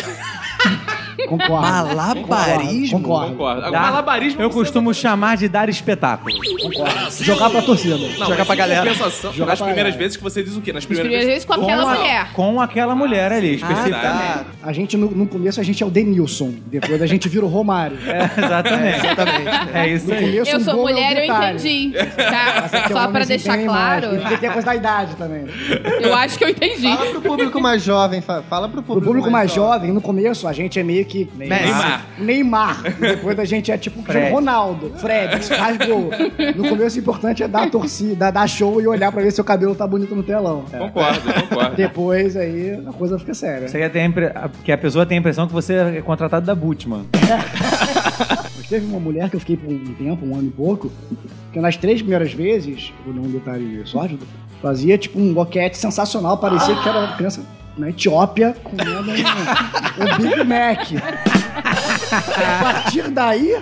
Concordo. Malabarismo? Concordo. concordo. Concordo. Agora, Dá- malabarismo Eu não sei costumo chamar de dar espetáculo. Jogar pra torcida. Não, é Joga mas pra em galera. compensação, Joga nas pra primeiras galera. vezes que você diz o quê? Nas As primeiras primeiras vezes. vezes com aquela a- mulher. com aquela mulher ali, específica. Ah, tá. A gente, no, no começo, a gente é o Denilson. Depois a gente vira o Romário. É, Exatamente. Exatamente. É isso No aí. começo, Eu o sou gol é um mulher, eu detalhe. entendi. Tá? Essa aqui Só é uma pra mensagem deixar bem claro, mais. E Tem que ter coisa da idade também. eu acho que eu entendi. Fala pro público mais jovem. fa- Fala pro O público, público mais jovem, no começo, a gente é meio que Neymar. Neymar. E Depois a gente é tipo Fred. Ronaldo, Fred, que faz gol. No começo, o importante é dar torcida, dar show e olhar pra ver se o cabelo tá bonito no telão. Concordo, concordo. Depois, aí, a coisa fica séria. Você quer é ter a impre- a- que a pessoa tem a impressão que você é contratado da Butman. Mas teve uma mulher que eu fiquei por um tempo, um ano e pouco, que nas três primeiras vezes, vou dar um detalhe sórdido, fazia tipo um boquete sensacional, parecia que era uma criança na Etiópia comendo um, um Big Mac. A partir daí,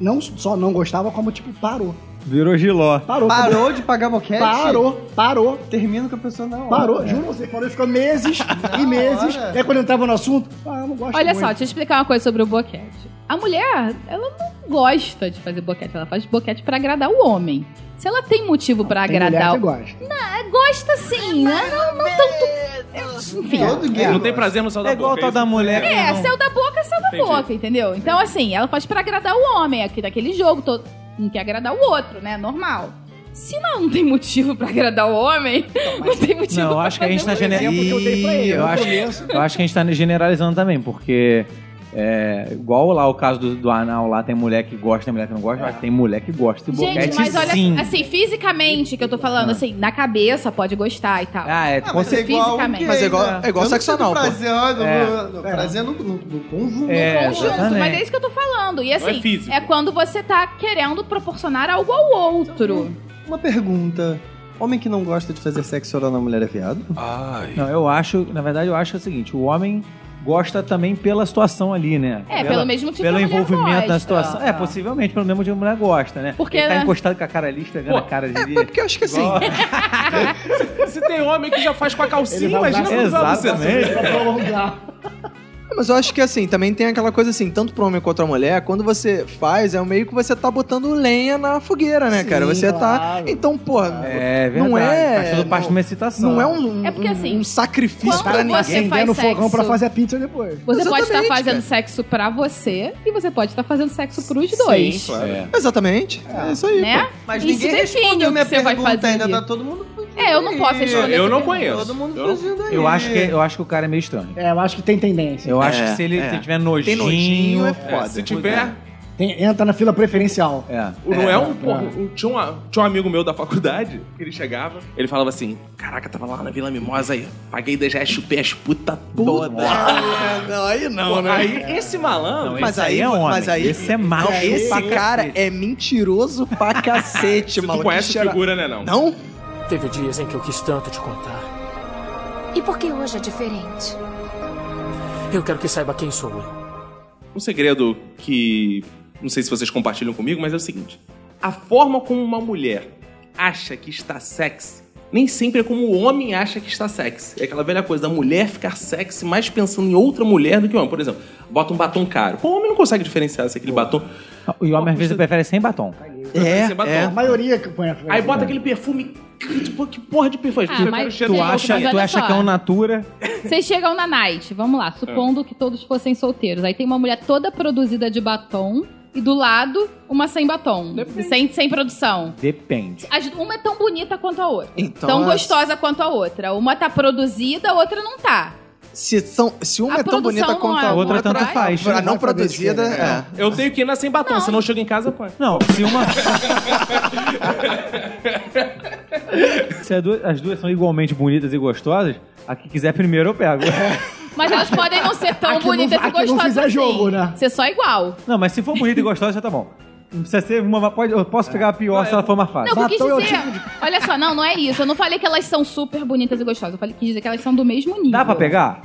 não só não gostava, como tipo, parou. Virou giló. Parou. Parou de pagar boquete? Parou, parou. Termina com a pessoa na hora. É. Parou, juro, você parou, ficou meses e meses. hora. E aí quando entrava no assunto, ah, eu não gosto Olha muito. só, deixa eu explicar uma coisa sobre o boquete. A mulher, ela não gosta de fazer boquete, ela faz boquete pra agradar o homem. Se ela tem motivo pra Tem mulher agradar que o. gosta. Ah, gosta sim, né? Não, não tanto. Enfim. Todo gay. Não tem prazer no céu da É igual boca, tal isso. da mulher. que É, não- céu da boca, é céu da Entendi. boca, entendeu? Então, assim, ela faz pra agradar o homem, aqui daquele jogo, todo. Um quer agradar o outro, né? Normal. Se não, não tem motivo pra agradar o homem, não tem motivo Não, eu pra acho que a gente tá fazer um O generalizando. exemplo que eu dei pra ele Eu no acho, começo. eu acho que a gente tá generalizando também, porque. É, igual lá o caso do, do anal lá, tem mulher que gosta, tem mulher que não gosta, eu acho que tem mulher que gosta de boquete Gente, mas olha, sim. assim, fisicamente que eu tô falando, assim, na cabeça pode gostar e tal. Ah, é, Ah, com mas é certeza. igual Fisicamente. gay, Mas é igual- né? é igual Eu não sexo sinto anal, pô. Prazer, ó, no- É. no- prazer no, no, no conjunto. É, Conjunto, mas é exatamente. isso que eu tô falando. E é assim, físico. é, quando você tá querendo proporcionar algo ao outro. Uma pergunta. Homem que não gosta de fazer sexo oral na mulher é viado? Ai. Não, eu acho, na verdade, eu acho é o seguinte: o homem gosta também pela situação ali, né? É, Pela- pelo mesmo tipo pelo que a mulher envolvimento gosta. na situação. É, possivelmente pelo mesmo tipo que a mulher gosta, né? Porque, Ele tá né? encostado com a cara ali, esfregando Pô, a cara de É porque eu acho que assim. Se tem homem que já faz com a calcinha, Ele vai imagina quando usar- vai usar você. Exatamente. Pra prolongar. Mas eu acho que assim, também tem aquela coisa assim, tanto pro homem quanto pra mulher, quando você faz, é meio que você tá botando lenha na fogueira, né, Sim, cara? Você tá. claro. Então, porra, É verdade. Não é- Faz tudo parte de uma excitação. não é um, É porque, assim, um sacrifício quando pra você ninguém. faz Acendendo o fogão sexo. pra fazer a pizza depois. Você pode estar Exatamente, fazendo cara. sexo pra você e você pode estar fazendo sexo pros dois. É. Exatamente. É isso aí. Né? Mas E ninguém se define respondeu o minha que você vai pergunta fazer ainda, ali. tá todo mundo fugindo É, eu não posso aí. responder. Eu não essa pergunta. conheço. Todo mundo Eu não- fugindo aí. Eu acho, que, eu acho que o cara é meio estranho. É, eu acho que tem tendência. Eu acho É, que se ele é. tiver nojinho. Tem nojinho, é É, foda. se tiver, Tem- entra na fila preferencial. É. não é, um, é. porra, um- tinha, um, tinha um amigo meu da faculdade, que ele chegava, ele falava assim, caraca, tava lá na Vila Mimosa aí, paguei 10 reais, chupei as puta toda. Não, aí não, né? Aí, esse malandro... Não, Mas esse aí- é homem. mas aí- Esse é macho. Não, esse pra cara cacete. é mentiroso pra cacete, Você maluco. não conhece a Cheira- figura, né, não? Não? Teve dias em que eu quis tanto te contar. E por que hoje é diferente? Eu quero que saiba quem sou eu. Um segredo que não sei se vocês compartilham comigo, mas é o seguinte: a forma como uma mulher acha que está sexy nem sempre é como o homem acha que está sexy. É aquela velha coisa da mulher ficar sexy mais pensando em outra mulher do que o homem. Por exemplo, bota um batom caro. Pô, o homem não consegue diferenciar se é aquele batom. E o homem às vezes prefere sem batom. É, Sem batom. é. A maioria que põe a fila. Aí bota aquele perfume. Tipo, que porra de perfume? Ah, Eu quero mas- cheiro Tu de Gente, acha, mas tu olha acha só. que é um natura. Vocês chegam na night, vamos lá, supondo É. que todos fossem solteiros. Aí tem uma mulher toda produzida de batom e do lado uma sem batom, sem, sem produção. Depende. As- Uma é tão bonita quanto a outra. Então, tão é- gostosa quanto a outra. Uma tá produzida, a outra não tá. Se, são, se uma A é tão produção bonita não quanto a é uma outra, Outra tanto praia? faz. pra não Vai saber produzida, diferenciar. é. Eu tenho que ir na sem batom, senão eu chego em casa, pô. Não, se uma. se as duas, as duas são igualmente bonitas e gostosas, a que quiser primeiro eu pego. Mas elas podem não ser tão A que não- bonitas a e que não gostosas fizer é assim. jogo, né? Ser só igual. Não, mas se for bonita e gostosa, já tá bom. Não precisa ser uma. Pode, eu posso pegar a pior se ela for uma fácil. Não, o que Batom é eu o quis dizer... Olha só, não, não é isso. Eu não falei que elas são super bonitas e gostosas. Eu falei quis dizer que elas são do mesmo nível. Dá pra pegar?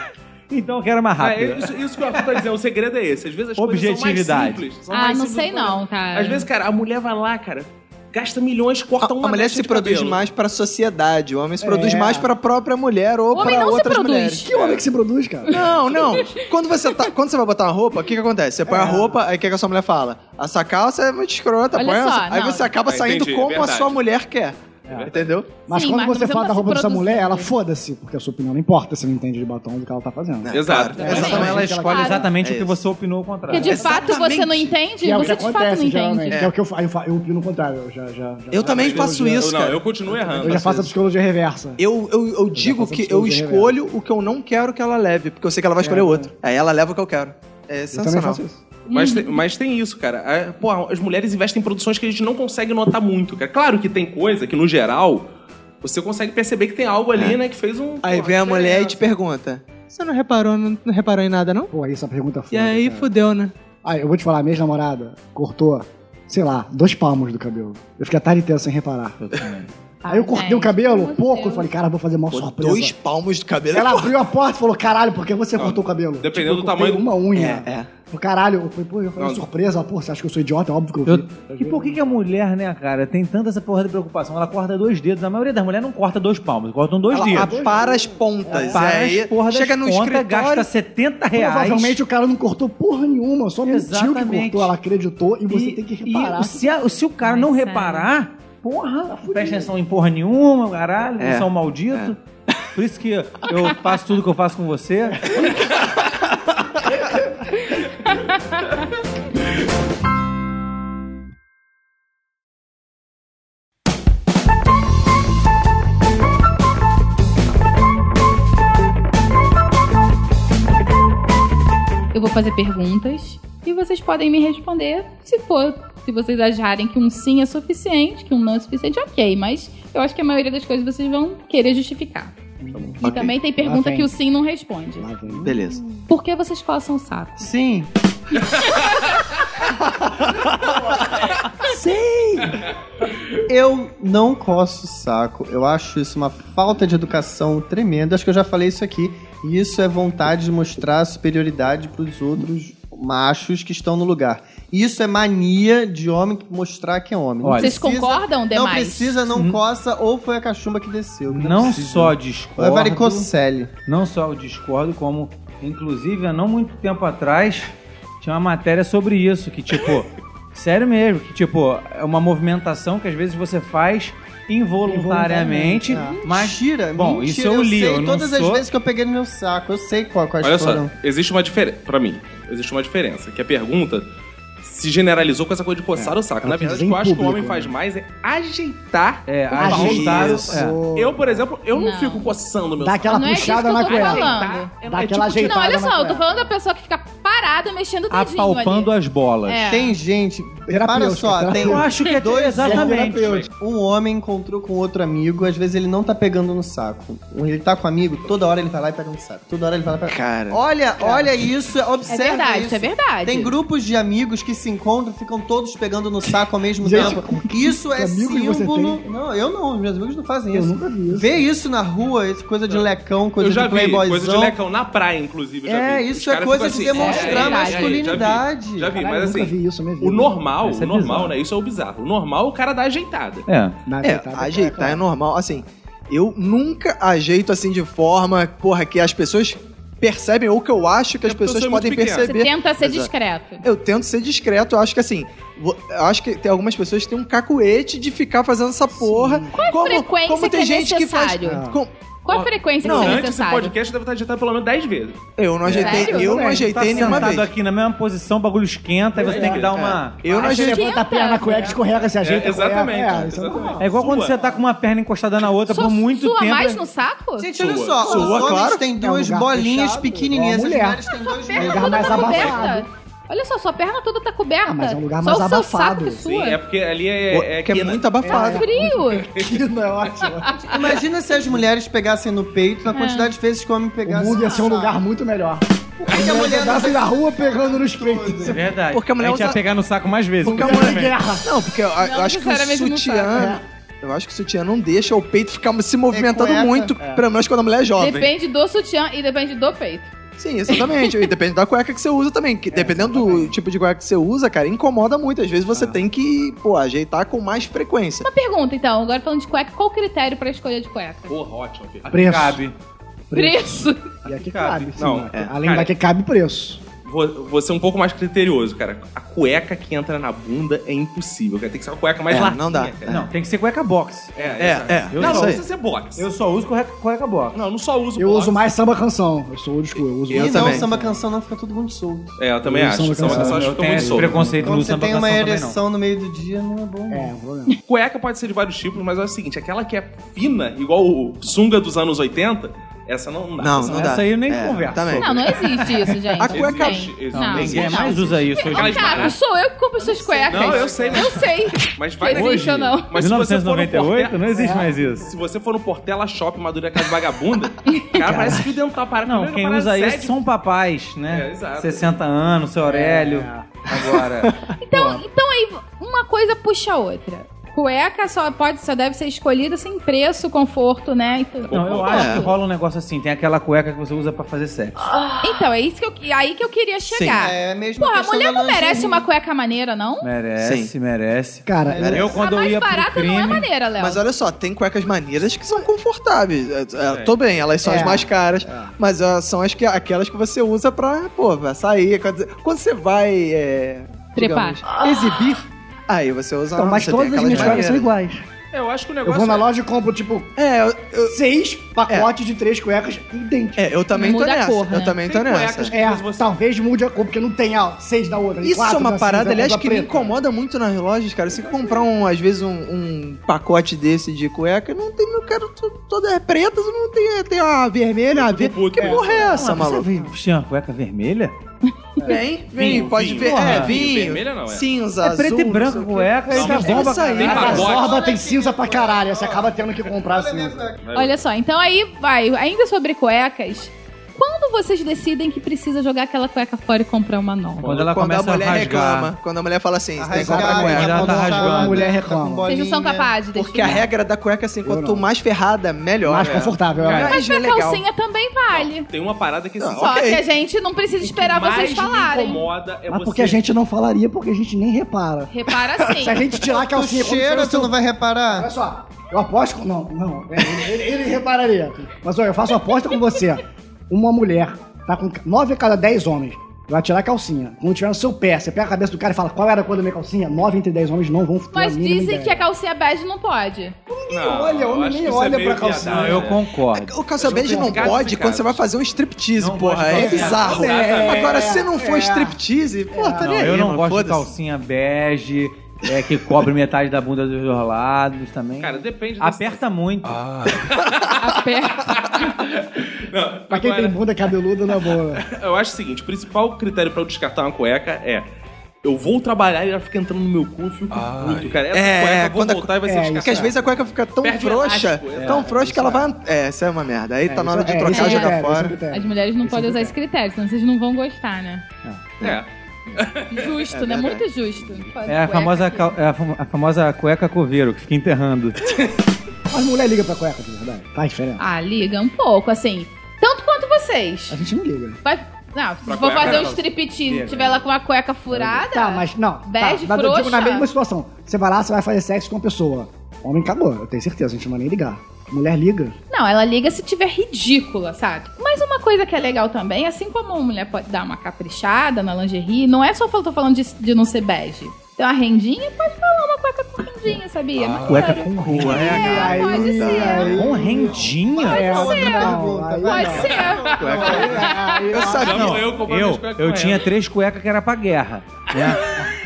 então eu quero mais Ah, rápido. é isso, isso que o Arthur tá dizendo, o segredo é esse. Às vezes as coisas são mais Objetividade. simples. são Ah, mais não simples sei do que não, cara. Às vezes, cara, a mulher vai lá, cara, gasta milhões, A, corta a uma mulher mecha se de produz cabelo. mais pra sociedade. O homem se É. produz mais pra própria mulher ou O homem pra não se outras produz. mulheres. Que homem que se produz, cara? Não, não. Quando você, tá, quando você vai botar uma roupa, o que que acontece? Você põe a roupa, aí o que, que a sua mulher fala? Essa calça é muito escrota, Olha põe só, essa. Aí não. você acaba Ah, saindo é entendi, como a verdade. sua mulher quer. Entendeu? Mas Sim, quando mas você você fala não da tá roupa se dessa mulher, produzindo. ela foda-se, porque a sua opinião não importa se não entende de batom do que ela tá fazendo. Exato. Claro, É, Exatamente. Então ela escolhe Claro. exatamente É o que isso. você opinou ao Porque contrário. de fato você não Exatamente. entende, Que é o que você de fato não acontece, entende. geralmente. Que é o que eu, fa- eu, fa- eu opino o contrário. Eu, já, já, já Eu também faço já- isso, Eu, não, cara. eu continuo errando. Eu já faço a isso. psicologia reversa. Eu, eu, eu digo faço que eu absoluto de escolho o que eu não quero que ela leve, porque eu sei que ela vai escolher É, outra. Aí ela leva o que eu quero. É Eu também sensacional. faço isso. Mas, tem, mas tem isso, cara. A- Porra, as mulheres investem em produções que a gente não consegue notar muito, cara. Claro que tem coisa que, no geral, você consegue perceber que tem algo ali, né, que fez um... É. Aí porra, vem a mulher e diferença. te pergunta: Você não reparou, não, não reparou em nada, não? Pô, aí essa pergunta é foda. E aí cara. fudeu, né? Ah, eu vou te falar, minha namorada cortou, sei lá, dois palmos do cabelo. Eu fiquei a tarde inteira sem reparar. Aí eu cortei o gente, cabelo, Hum. meu pouco, eu Deus. falei, cara, eu vou fazer uma Pô, surpresa. dois palmos de cabelo. Ela abriu a porta e falou, caralho, por que você cortou o cabelo? Tipo, dependendo eu do cortei tamanho do- uma unha. É, é. Falei, Caralho, eu falei, pô, eu falei, Não. surpresa, pô, você acha que eu sou idiota? É óbvio que eu vi. Eu- E por que, que a mulher, né, cara, tem tanta essa porra de preocupação? Ela corta dois dedos. A maioria das mulheres não corta dois palmos, cortam dois Ela dedos. apara as pontas. Para e as aí, porra das chega no contas, escritório... gasta 70 reais. Provavelmente o cara não cortou porra nenhuma, só mentiu que Exatamente. cortou, ela acreditou e você E- tem que e reparar. se, a- se o cara Mas não sério. reparar, Porra, presta atenção em porra nenhuma, caralho, É, você é um maldito. Por isso que eu faço tudo que eu faço com você. Eu vou fazer perguntas e vocês podem me responder se for. Se vocês acharem que um sim é suficiente, que um não é suficiente, ok. Mas eu acho que a maioria das coisas vocês vão querer justificar. E Ok. também tem pergunta Tá vem. que o sim não responde. Beleza. Por que vocês coçam o saco? Sim. Eu não coço o saco. Eu acho isso uma falta de educação tremenda. Acho que eu já falei isso aqui. E isso é vontade de mostrar superioridade pros outros machos que estão no lugar. Isso é mania de homem mostrar que é homem. Não Olha, Hum. Vocês precisa- concordam, Não demais? precisa, não coça, ou foi a cachumba que desceu. Não precisa. só Ou é discordo, varicocele. não só eu discordo, como inclusive há não muito tempo atrás tinha uma matéria sobre isso, que tipo, sério mesmo, que tipo, é uma movimentação que às vezes você faz involuntariamente, é. mas Mentira, bom, mentira, isso eu li, sei eu não todas as sou- vezes que eu peguei no meu saco, eu sei qual, quais Olha foram. só, existe uma diferença. Pra mim, existe uma diferença. Que a pergunta se generalizou com essa coisa de É. coçar o saco. ela Na quis verdade, dizer o que eu em acho que o público, homem né? faz mais é ajeitar é, o pau. ajustar, Isso. é. Eu, por exemplo, eu não, Não. fico coçando meu Dá saco. aquela Não é disso puxada que eu na tô cueca. falando. É, Dá é aquela tipo, ajeitada Não, olha na só, eu tô cueca. falando da pessoa que fica parada mexendo o dedinho apalpando ali. as bolas. É. Tem gente. Para Terapêutica, tá? só, tem Eu acho que é dois exatamente. Um homem encontrou com outro amigo, às vezes ele não tá pegando no saco. Ele tá com um amigo, toda hora ele vai lá e pega no saco. Toda hora ele vai lá e pega. Cara. Olha, olha isso, É observa verdade, isso isso. é verdade. Tem grupos de amigos que se encontram, ficam todos pegando no saco ao mesmo Gente, tempo. Isso é amigo que você símbolo. Não, eu não, meus amigos não fazem Eu isso. nunca vi isso. Vê isso na rua, isso coisa de lecão, coisa eu já de vi, playboyzão. coisa de lecão na praia, inclusive. eu já É, vi. Os isso é caras coisa ficam de assim, é, é, demonstrar é, já vi. masculinidade. Já vi, Caralho, mas eu nunca assim, vi isso, né? na minha o vida. normal, Isso é o normal, bizarro. né? Isso é o bizarro. O normal, o cara dá ajeitada. É. Na É, ajeitada, ajeitar é cara. normal. Assim, eu nunca ajeito assim de forma, porra, que as pessoas percebem ou que eu acho que É as porque eu pessoas sou muito podem pequeno. Você perceber. tenta ser Exato. discreto. Eu tento ser discreto, eu acho que assim, vo- eu acho que tem algumas pessoas que têm um cacuete de ficar fazendo essa porra. Qual como, frequência como tem que é gente que faz. Ah. necessário? com- Qual a Ó, frequência não, que isso é Antes, esse necessário? podcast deve estar ajeitado pelo menos 10 vezes. eu não ajeitei, Sério? eu não tá ajeitei nenhuma sentado vez. É. aqui na mesma posição, o bagulho esquenta, aí você tem que dar uma. Eu não Aí você ajeitei. levanta a perna na cueca, escorrega, se ajeita. É, exatamente, a cueca. É, isso é exatamente. normal. É igual quando você tá com uma perna encostada na outra Sua- por muito sua tempo. né? mais no saco? Gente, Sua. olha só, Sua, os homens claro. têm É um duas lugar bolinhas fechado, pequenininhas, igual a mulher. É um as mulheres têm dois perna lugar toda mais tá abafado. coberta. Olha só, sua perna toda tá coberta. Ah, mas é um lugar só mais o seu saco abafado. que Sim, sua. é porque ali é. que é quina. muito abafado. Frio. Que não é ótimo. Imagina se as mulheres pegassem no peito na É. quantidade de vezes que o homem O pegasse. mundo ia ser um no lugar muito melhor. saco. Por que a mulher não Andassem assim na rua pegando nos peitos. É verdade. Porque a mulher a gente ia usa- pegar no saco mais vezes. Nunca morri em guerra. Não, porque eu, eu Não acho que o necessariamente no sutiã. Eu acho que o sutiã não deixa o peito ficar se movimentando cueca, muito, pelo menos quando a mulher é jovem. Depende do sutiã e depende do peito. Sim, exatamente. e depende da cueca que você usa também. Que dependendo do tipo de cueca que você usa, cara, incomoda muito. Às vezes você tem que, pô, ajeitar com mais frequência. Uma pergunta, então. Agora falando de cueca, qual o critério pra escolha de cueca? Porra, ótimo. Pedro. Preço. Cabe. Preço. E aqui cabe. sim, Não, né? é. Além Cara, daqui cabe preço. Vou, vou ser um pouco mais criterioso, cara. A cueca que entra na bunda é impossível, cara. Tem que ser uma cueca mais É, larga. não dá. Cara. Não, tem que ser cueca box. É, É, é. Eu Eu não, sou. não precisa ser box. Eu só uso cueca, cueca box. Não, eu não só uso Eu box. uso mais samba canção. Eu sou old school, eu uso E Eu mais. não, também. samba canção não fica todo mundo solto. É, eu também Eu acho. sou São pessoas que uma ficam eu tenho muito esse soltas. preconceito no Quando você samba tem uma canção também, não. ereção no meio do dia, não é bom. É, um problema. Cueca pode ser de vários tipos, mas é o seguinte: aquela que é fina, igual o sunga dos anos 80, essa não dá. Não, Essa é não Essa dá. aí eu nem É, converso. Também. Não, não existe isso, gente. A cueca- Não tem. Existe, existe. Não. Ninguém não. mais usa isso hoje em Ô, Caco, dia. sou eu que compro suas cuecas. Não, eu sei, mas- Eu sei. Mas vai Que existe ou não. Mas se você for no 1998 não Portela- É. existe mais isso. Se você for no Portela Shopping Madureira Casa Vagabunda, cara, parece que o dental para. Não, primeiro quem parece usa isso sede, são papais, né? É, exato. 60 anos, seu Aurélio. É. Agora. Então, então aí, uma coisa puxa a outra. Cueca só pode, só deve ser escolhida sem preço, conforto, né? Então, Não, eu acho que rola um negócio assim. Tem aquela cueca que você usa pra fazer Ah, sexo. Então, é isso que eu, aí que eu queria chegar. É a mesma Porra, Ah, a questão mulher da não merece né? lingerie. uma cueca maneira, não? Merece, merece. Cara, eu- eu quando a eu mais ia barata pro crime... não é maneira, Léo. Mas olha só, tem cuecas maneiras que são confortáveis. É, é, Tô bem, elas são É. as mais caras, mas ah, são as que, aquelas que você usa pra, pô, pra sair. Quando, quando você vai. É, Trepar. Ah, digamos, exibir, aí você usa então, uma, mas você tem todas as aquelas minhas cuecas são maneiras. iguais. É, Eu acho que o Eu negócio É. vou na loja e compro, tipo, É, eu, eu- seis pacotes de três cuecas idênticas. é, eu também Muda tô a nessa. cor, né? Eu também tô Tem nessa. cuecas É, Mas você- talvez mude a cor, porque não tem ah, seis da outra. Isso quatro assim, é uma da parada, cinza, aliás, uma da que me preta. incomoda muito nas lojas, cara. Você comprar, um, às vezes, um, um pacote desse de cueca, não tem, eu quero to- toda é preta, não tem, tem a vermelha, a ver. Tipo puto Que com porra é Ah, essa, você maluco? vem vestir uma cueca vermelha? Vem, Vinho, vem, pode vinho. ver. Porra, É, vinho, vinho. vermelho não é? Cinza, É azul. preto não e sei branco, o quê. cueca, Não, e tá mas tem bomba, isso aí, Tem cara. A pacote. zorba tem cinza pra caralho, você acaba tendo que comprar cinza. é Olha só, então aí vai, ainda sobre cuecas. Quando vocês decidem que precisa jogar aquela cueca fora e comprar uma nova? Quando ela Quando a começa a mulher rasgar. reclama, quando a mulher fala assim, você tem que Arrasgar, comprar mulher cueca. tá botar, rasgando. a mulher reclama. Vocês não são capazes de Porque a desfilar? regra da cueca é assim, quanto não. mais ferrada, melhor. Mais é. confortável, é. Mas pra legal. calcinha também vale. Tem uma parada que assim, Não, Só ok. que a gente não precisa esperar vocês mais me falarem. incomoda é Mas você... porque a gente não falaria, porque a gente nem repara. Repara sim. Se a gente tirar a Tu calcinha... quando tiver cheira, o seu- tu não vai reparar. Olha só, eu aposto com... Não, não, é, ele, ele- ele repararia. Mas olha, eu faço aposta com você. Uma mulher tá com nove a cada dez homens. Vai tirar a calcinha. Quando tiver no seu pé, você pega a cabeça do cara e fala qual era a cor da minha calcinha? Nove entre dez homens não vão ter Mas a mínima dizem ideia. que a calcinha bege não pode. Não, olha, eu homem acho nem que isso é olha meio pra calcinha. viadagem, Eu é. concordo. O calça bege não complicado, pode quando complicado. você vai fazer um striptease, Não porra. pode É calcinha. bizarro. Exatamente. Agora, se não for É. striptease, pô, tá Não, nem aí, eu não mano, gosto de foda-se. calcinha bege, é, que cobre metade da bunda dos dois lados também. Cara, depende da- Aperta muito. Ah. Aperta. Não, Pra quem agora- tem bunda cabeluda, não é boa. Eu acho o seguinte, o principal critério pra eu descartar uma cueca é eu vou trabalhar e ela fica entrando no meu cu, eu fico puto, cara. Essa É, cueca eu vou quando a- botar e vai ser é, descartada. Porque às vezes a cueca fica tão Perde o frouxa, elástico, é. tão frouxa que ela vai. É, isso é uma merda. Aí tá na hora de né? trocar e isso é jogar é, fora. isso é. As mulheres não podem usar esse critério, senão vocês não vão gostar, né? É. Justo, né? Muito justo. É a famosa, cal- é a fam- a famosa cueca coveiro, que fica enterrando. Mas mulher liga pra cueca, de verdade. Faz diferença. Ah, liga um pouco, assim. Tanto quanto vocês. A gente não liga. né? Vai. Não, se Pra for cueca, fazer um não. striptease e tiver lá com a cueca furada. Tá, mas não. tá, Bege, mas eu digo frouxa. na mesma situação. Você vai lá, você vai fazer sexo com a pessoa. Homem acabou, eu tenho certeza, a gente não vai nem ligar. Mulher liga. Não, ela liga se tiver ridícula, sabe? Mas uma coisa que é legal também, assim como a mulher pode dar uma caprichada na lingerie, não é só fal- tô falando de, de não ser bege. Tem uma rendinha, pode falar uma cueca com rendinha, sabia? Mas Cueca claro, com rua. é, pode ser. Com rendinha? É, outra pergunta, Aí- vai. Pode ser. Não, Eu sabia. é Ah, Não, eu eu, comprei minhas cuecas eu com tinha ela. três cuecas que era pra guerra. né?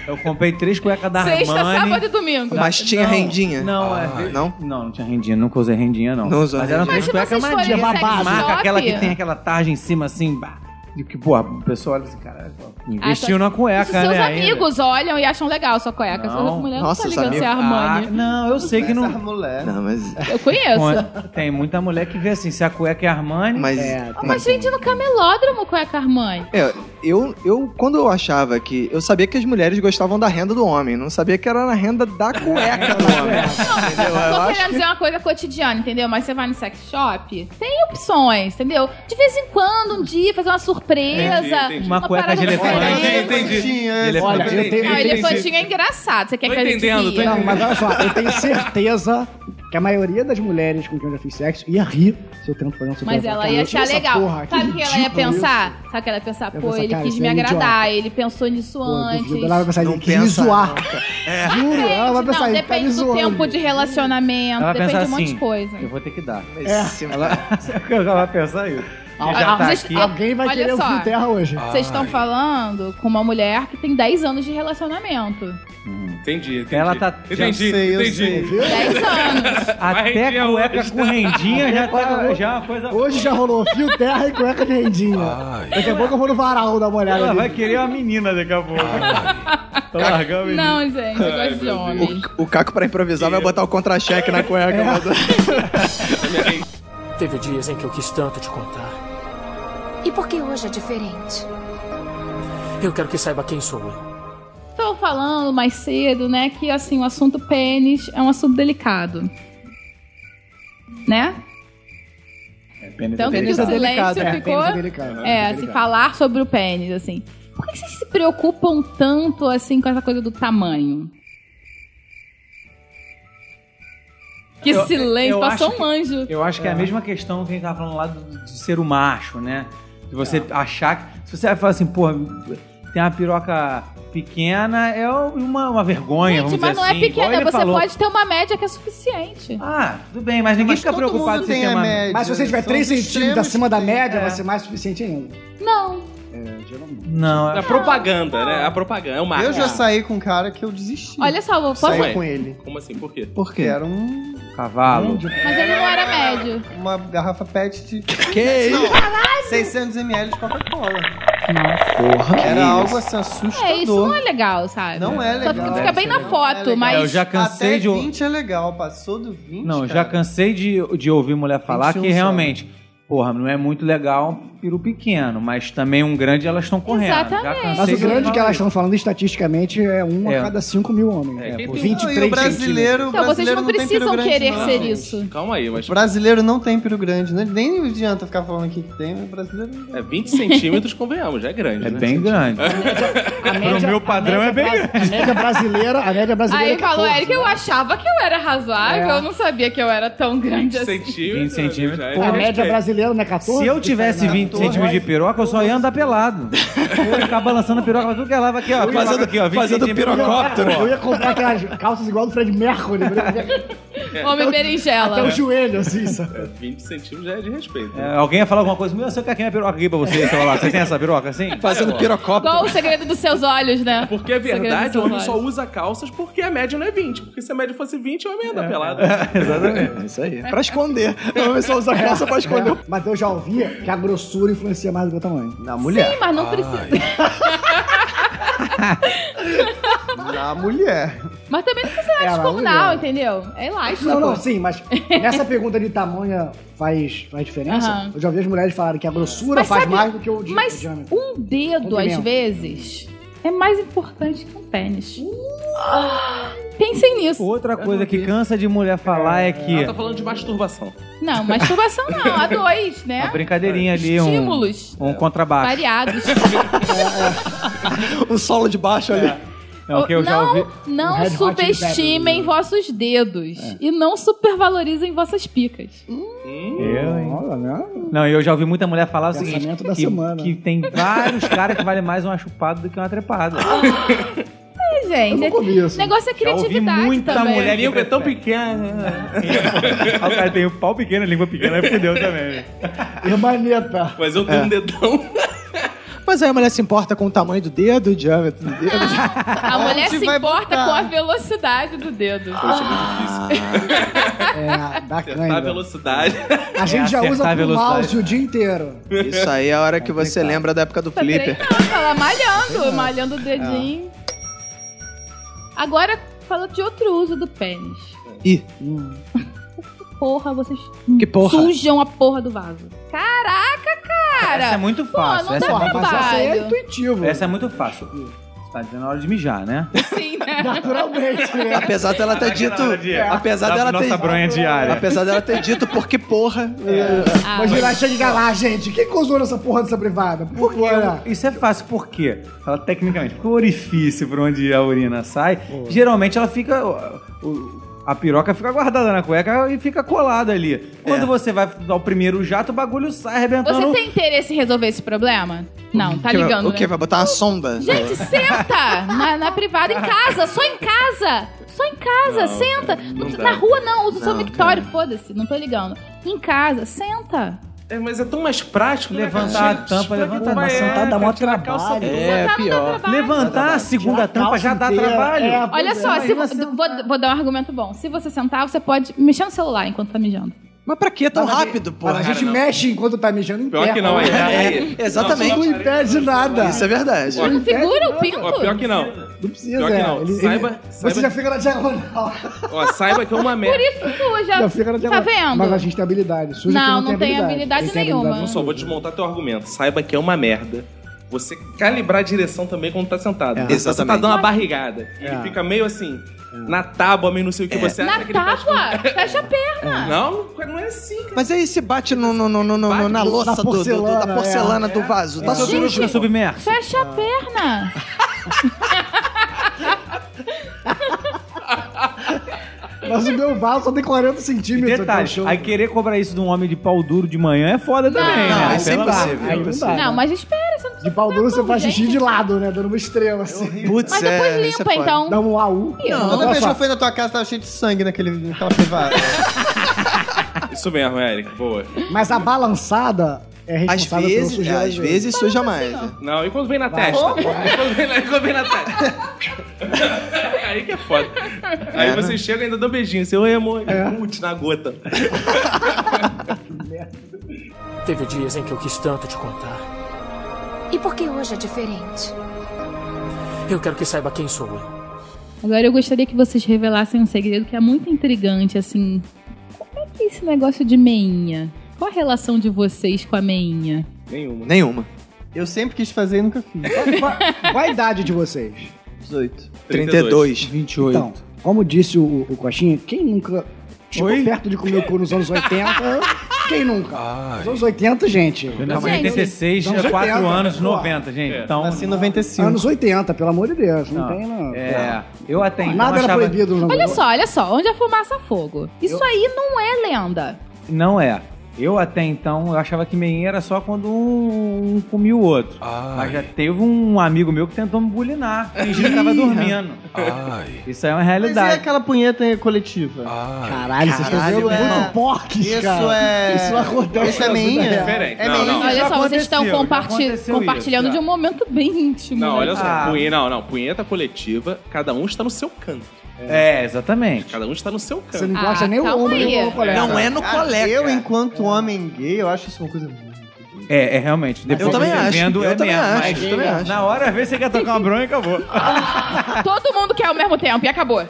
Eu comprei três cuecas da Armani. Sexta, sábado e domingo. Mas tinha Não, rendinha? Não, é. não? Não, não tinha rendinha, nunca usei rendinha, não. Não usou Mas é eram rendinha. três Mas se cuecas vocês forem madinha, no sex babada, shop- aquela que tem aquela tarja em cima, assim, bah. E que, porra, o pessoal olha assim, cara, investiu Ah, tá. na cueca, Se seus né? ainda. amigos olham e acham legal sua cueca. Não. Sua mulher Nossa, não os tá ligando se é amigos- Armani. Ah, não, eu sei que Essa não... mulher. Não, mas. Ah. Eu conheço. Tem muita mulher que vê assim, se a cueca é Armani... Mas. É, Ah, Mas vende no camelódromo cueca Armani. É, eu, eu, quando eu achava que. Eu sabia que as mulheres gostavam da renda do homem, não sabia que era na renda da É. cueca do homem. Entendeu? Eu Tô acho querendo dizer uma coisa cotidiana, entendeu? Mas você vai no sex shop, tem opções, entendeu? De vez em quando, um dia, fazer uma surpresa. Entendi, entendi. Uma cueca parada de elefante. diferente. Entendi, entendi. Tinha, de elefante. Olha, eu tenho- Não, eu tenho- elefantinho é engraçado. Você quer Tô que a gente entendendo, tô ria? Não, mas olha só, eu tenho certeza que a maioria das mulheres com quem eu já fiz sexo ia rir se eu tento fazer um super Mas ela ia achar legal. Sabe o que ela ia pensar? Sabe o que ela ia pensar? Ia Pô, pensar, ele cara, quis esse me é um agradar, ele pensou nisso antes. Ela vai pensar, ele Não quis me pensa, zoar. É. Juro, Depende, ela vai pensar, não, ele tá me depende do zoando. tempo de relacionamento, Ela vai depende pensar de um monte assim, de coisa. eu vou ter que dar. que. É. Esse- Ela vai pensar isso. Já tá vocês- aqui. Alguém vai Olha querer só. o fio terra hoje. Vocês estão falando com uma mulher que tem 10 anos de relacionamento. Entendi, entendi. Ela tá- Entendi, Eu sei, eu sei, entendi. viu? 10 anos. Até Rendinha cueca hoje. com rendinha já, tá, já é uma coisa... Hoje já rolou fio terra e cueca de rendinha. Daqui a pouco eu vou no varal dar uma olhada. Ela ali. vai querer uma menina daqui a pouco. Tá largando a menina. Não, gente, eu gosto de homem. O Caco, pra improvisar, vai botar o contra-cheque na cueca. É. mas- Teve dias em que eu quis tanto te contar. E por que hoje é diferente? Eu quero que saiba quem sou eu. Então, falando mais cedo, né, que assim, o assunto pênis é um assunto delicado. Né? Tanto que o Pênis é silêncio delicado, é, ficou. pênis é delicado. É, É se delicado. falar sobre o pênis, assim. Por que vocês se preocupam tanto, assim, com essa coisa do tamanho? Que Eu- silêncio, eu passou acho um que- anjo. Eu acho que é a mesma questão que a gente tava falando lá do- de ser o macho, né? De você achar que. Se você vai falar assim, pô, tem uma piroca pequena, é uma, uma vergonha, Gente, vamos mas dizer não é assim. Igual pequena, ele você falou. pode ter uma média que é suficiente. Ah, tudo bem, mas ninguém Mas fica todo preocupado mundo se tem tem a uma. média. né? Mas se você tiver São 3 extremos centímetros acima da que- média, é. vai ser mais suficiente um. ainda. Não. Não, É é A propaganda, né? A propaganda. É o marketing. Eu Ah, já saí com um cara que eu desisti. Olha só, vou Só saí mãe. com ele. Como assim? Por quê? Porque era um, cavalo. Mas ele não era médio. uma garrafa pet de Que Não, 600ml de Coca-Cola. Porra. Era algo assim É, isso não assustador. é legal, sabe? Não é Só legal. fica- fica bem na foto, legal. mas. É, eu já cansei Até de ou- 20 é legal, passou do 20. Não, eu já cara. cansei de, de ouvir mulher falar 21 que só. realmente, porra, não é muito legal um peru pequeno, mas também um grande elas estão correndo. Já Exatamente. cansei Mas o de grande é ouvir que elas isso. estão falando estatisticamente é um É. a cada 5 mil homens. É, É, quem tem- por Não, e o 23 centímetros. brasileiro, o Então, vocês brasileiro não tem peru precisam grande, querer não. ser isso. Calma aí, mas O brasileiro não tem peru grande, né? Nem adianta ficar falando aqui que tem, mas o brasileiro não tem. é 20 centímetros, convenhamos, já é grande. É né? bem grande. A média- meu a padrão média é bem brasi- A média brasileira, a média brasileira. Aí é falou, 14, Eric, eu né? achava que eu era razoável, É. eu não sabia que eu era tão grande 20 assim. centímetros. 20 centímetros, já é pô, A grande. média brasileira não é 14? Se eu tivesse 20 centímetros de piroca, eu só ia andar pelado. Eu ia ficar balançando a piroca pra tudo que é lado. Aqui, ó. piroca Fazendo- aqui, ó, 20 fazendo centímetros. pirocóptero. Então, Eu ia comprar aquelas calças igual do Fred Mercury, até Homem berinjela. o joelho, assim, sabe? 20 centímetros já é de respeito. É, alguém ia falar alguma coisa, meu, eu sei que aqui é minha piroca aqui pra você, sei lá. Você tem essa piroca assim? Fazendo pirocóptero. Igual o segredo dos seus olhos, né? Porque é Segredo dos verdade, o seus homem olhos. só usa calças porque a média não é 20. Porque se a média fosse 20, o homem ia andar pelado. É isso aí. Pra esconder. O pessoal usa calça pra esconder. É, Mas eu já ouvia que a grossura influencia mais do meu tamanho. Na mulher. Sim, mas não precisa. Na mulher. é Mas também não precisa Ela de comunal, olha. entendeu? É elástico. Não, não, sim, mas nessa pergunta de tamanho faz, faz diferença? Aham. Eu já ouvi as mulheres falarem que a grossura Mas faz sabe- mais do que o, di- o Mas diâmetro. um dedo, às Comprimento. vezes, é mais importante que um pênis. Ah, Pensem nisso. Outra coisa que cansa de mulher falar é que. Ela tá falando de masturbação. Não, masturbação não, a dois, né? Uma brincadeirinha ali, um. Estímulos Um Ah. contrabaixo. variados. O solo de baixo ali. É o que eu não, já ouvi. Um não Red Hot subestimem Peppers. né? É. vossos dedos e não supervalorizem vossas picas. Eu, hein? Olha, né? Não, eu já ouvi muita mulher falar o Pensamento seguinte: da que, semana. que tem vários caras que vale mais uma chupada do que uma trepada. É, Eu gente. não O ouvi isso. negócio é Já ouvi criatividade muita também. mulher que língua é tão prefere. pequena. Ah, o cara tem o pau pequeno, a língua pequena, aí fudeu também. velho. Irmaneta. Mas eu tenho um dedão. Mas aí a mulher se importa com o tamanho do dedo, o diâmetro do dedo. A mulher Onde se vai importa botar? com a velocidade do dedo. Ah. É, da Acertar a cãibra. velocidade. A gente já É, acertar usa a pro velocidade. mouse o dia inteiro. Isso aí é a Tá hora que você lembra da época do Tá flipper. É. treinando, ela malhando, malhando o dedinho. Agora, falando de outro uso do pênis. Ih. Porra, vocês Que porra. sujam a porra do vaso. Caraca, cara! Essa é muito fácil. não essa, é dá muito pra- Mas essa aí é Tá Trabalho. intuitivo. essa é muito fácil. Você tá dizendo a hora de mijar, né? é Sim, né? Naturalmente, né? Apesar dela Tá ter dito. Apesar Da dela nossa ter. bronha diária. Apesar dela ter dito porque porra. Ah, Mas virar chega e diga lá, gente, quem cozinhou nessa porra dessa privada? Por quê? Isso é fácil, por quê? Ela, tecnicamente, porque o orifício por onde a urina sai, geralmente ela fica. o- o- a piroca fica guardada na cueca e fica colada ali. Quando você vai dar o primeiro jato, o bagulho sai arrebentando. Você tem interesse em resolver esse problema? Não, tá ligando, O que? né? Vai É. botar uma sonda? Gente, senta na, na privada em casa, só em casa, só em casa, Não, senta. não dá. na rua não, usa o seu Não, mictório, foda-se, não tô ligando. Em casa, senta. É, mas é tão mais prático né, Levantar cara? a tampa, Pra que levantar a vai tampa. é, Sentar dá mó tirar a calça trabalho. do- É, Sentar não dá pior. trabalho. Levantar a segunda tampa já dá trabalho. É, Olha só, se vo- vou, vou dar um argumento bom. Se você sentar, você pode mexer no celular enquanto tá mijando. Mas pra que tão rápido, porra? a gente mexe enquanto tá mijando em Pior pé. que não, aí. aí. É, exatamente. Não impede nada. Isso é verdade. Não segura o pinto. Ó, pior que não. Não precisa, Pior que é. não. Ele- ele- Saiba, Você já saiba, fica na diagonal. ó, saiba que é uma Por merda. isso que suja. Já fica tá na diagonal. vendo? Mas a gente tem habilidade. Suja Não, que não, não tem habilidade Quem tem nenhuma. Não só, vou desmontar teu argumento. Saiba que é uma merda você calibrar a direção também quando tá sentado. É. Então, Você tá Exatamente. dando uma barrigada. E É. ele fica meio assim, na tábua, meio não sei o que você acha Na que ele tá tábua, fecha a perna. Não, não é assim, cara. Mas aí se bate no, no, no, no- no- na louça do- do- porcelana, da porcelana do vaso. Tá Tá sujo. subindo, fica submerso. Fecha a perna. é. Mas o meu vaso só tem 40 centímetros. então, Detalhe, Detalhe, aí querer cobrar isso de um homem de pau duro de manhã é foda também, Não, né? isso é Pela- impossível. Aí Ah. não dá. Não, mas espera, você não De precisa pau duro cobrar você faz tudo, xixi gente. de lado, né? Dando uma estrela assim. Putz, Mas é, depois isso é limpa, foda. então. Dá um AU. Não, é Toda Olha vez que só. eu fui na tua casa, tava cheio de sangue naquele, naquela privada. Isso mesmo, Eric. Boa. Mas a balançada é Às responsável pelo vezes, sujeira às de- vezes suja mais. Não, e quando vem na testa? E quando vem na, quando vem na testa? Aí que é foda. Aí É, você né? chega e ainda dá um beijinho. Seu oi, amor. Putz, na gota. Teve dias em que eu quis tanto te contar. E por que hoje é diferente? Eu quero que saiba quem sou eu. Agora eu gostaria que vocês revelassem um segredo que é muito intrigante, assim. Como é que é esse negócio de meinha? Qual a relação de vocês com a meinha? Nenhuma. Nenhuma. Eu sempre quis fazer e nunca fiz. Qual- Qual a idade de vocês? 18. 32. 32. 28. Então, como disse o, o Coxinha, quem nunca chegou Oi? perto de comer o cu nos anos 80? quem nunca? Nos anos 80, gente. eu nasci em Gente, 86, anos tinha 4 80, anos, pô. 90, gente. É. Então, Nasci em 95. Anos 80, pelo amor de Deus. Não, Não, tem, não. é, eu até então Nada era achava... proibido. Não. Olha só, olha só, onde a fumaça há fogo. Isso aí não é lenda. Não é. Eu até então eu achava que meinha era só quando um, um comia o outro. Mas já teve um amigo meu que tentou me bulinar, fingindo que tava dormindo. Ai, Isso aí é uma Mas e realidade. aquela punheta coletiva? ai. Caralho, vocês estão Caralho, vendo é. muito porques, Isso cara. é. Isso acontece Isso é na meinha? vida real. Diferente. É Não, meinha. não. olha já só, vocês estão aconteceu, já comparti- aconteceu compartilhando isso, de um já. momento bem íntimo. Não, né? olha só. Ah. Punheta, não, não. Punheta coletiva, cada um está no seu canto. É, exatamente. Cada um está no seu Você canto. não encosta Ah, nem o calma ombro, nem aí. o colega. Não é no Cara, colega. Eu, enquanto homem gay, eu acho isso uma coisa. muito- É, é realmente. Depois também você acho, Vendo, eu é também mesmo, acho, mas eu também acho. Na hora, vê se você quer tocar uma bronha e acabou. Todo mundo quer ao mesmo tempo e acabou.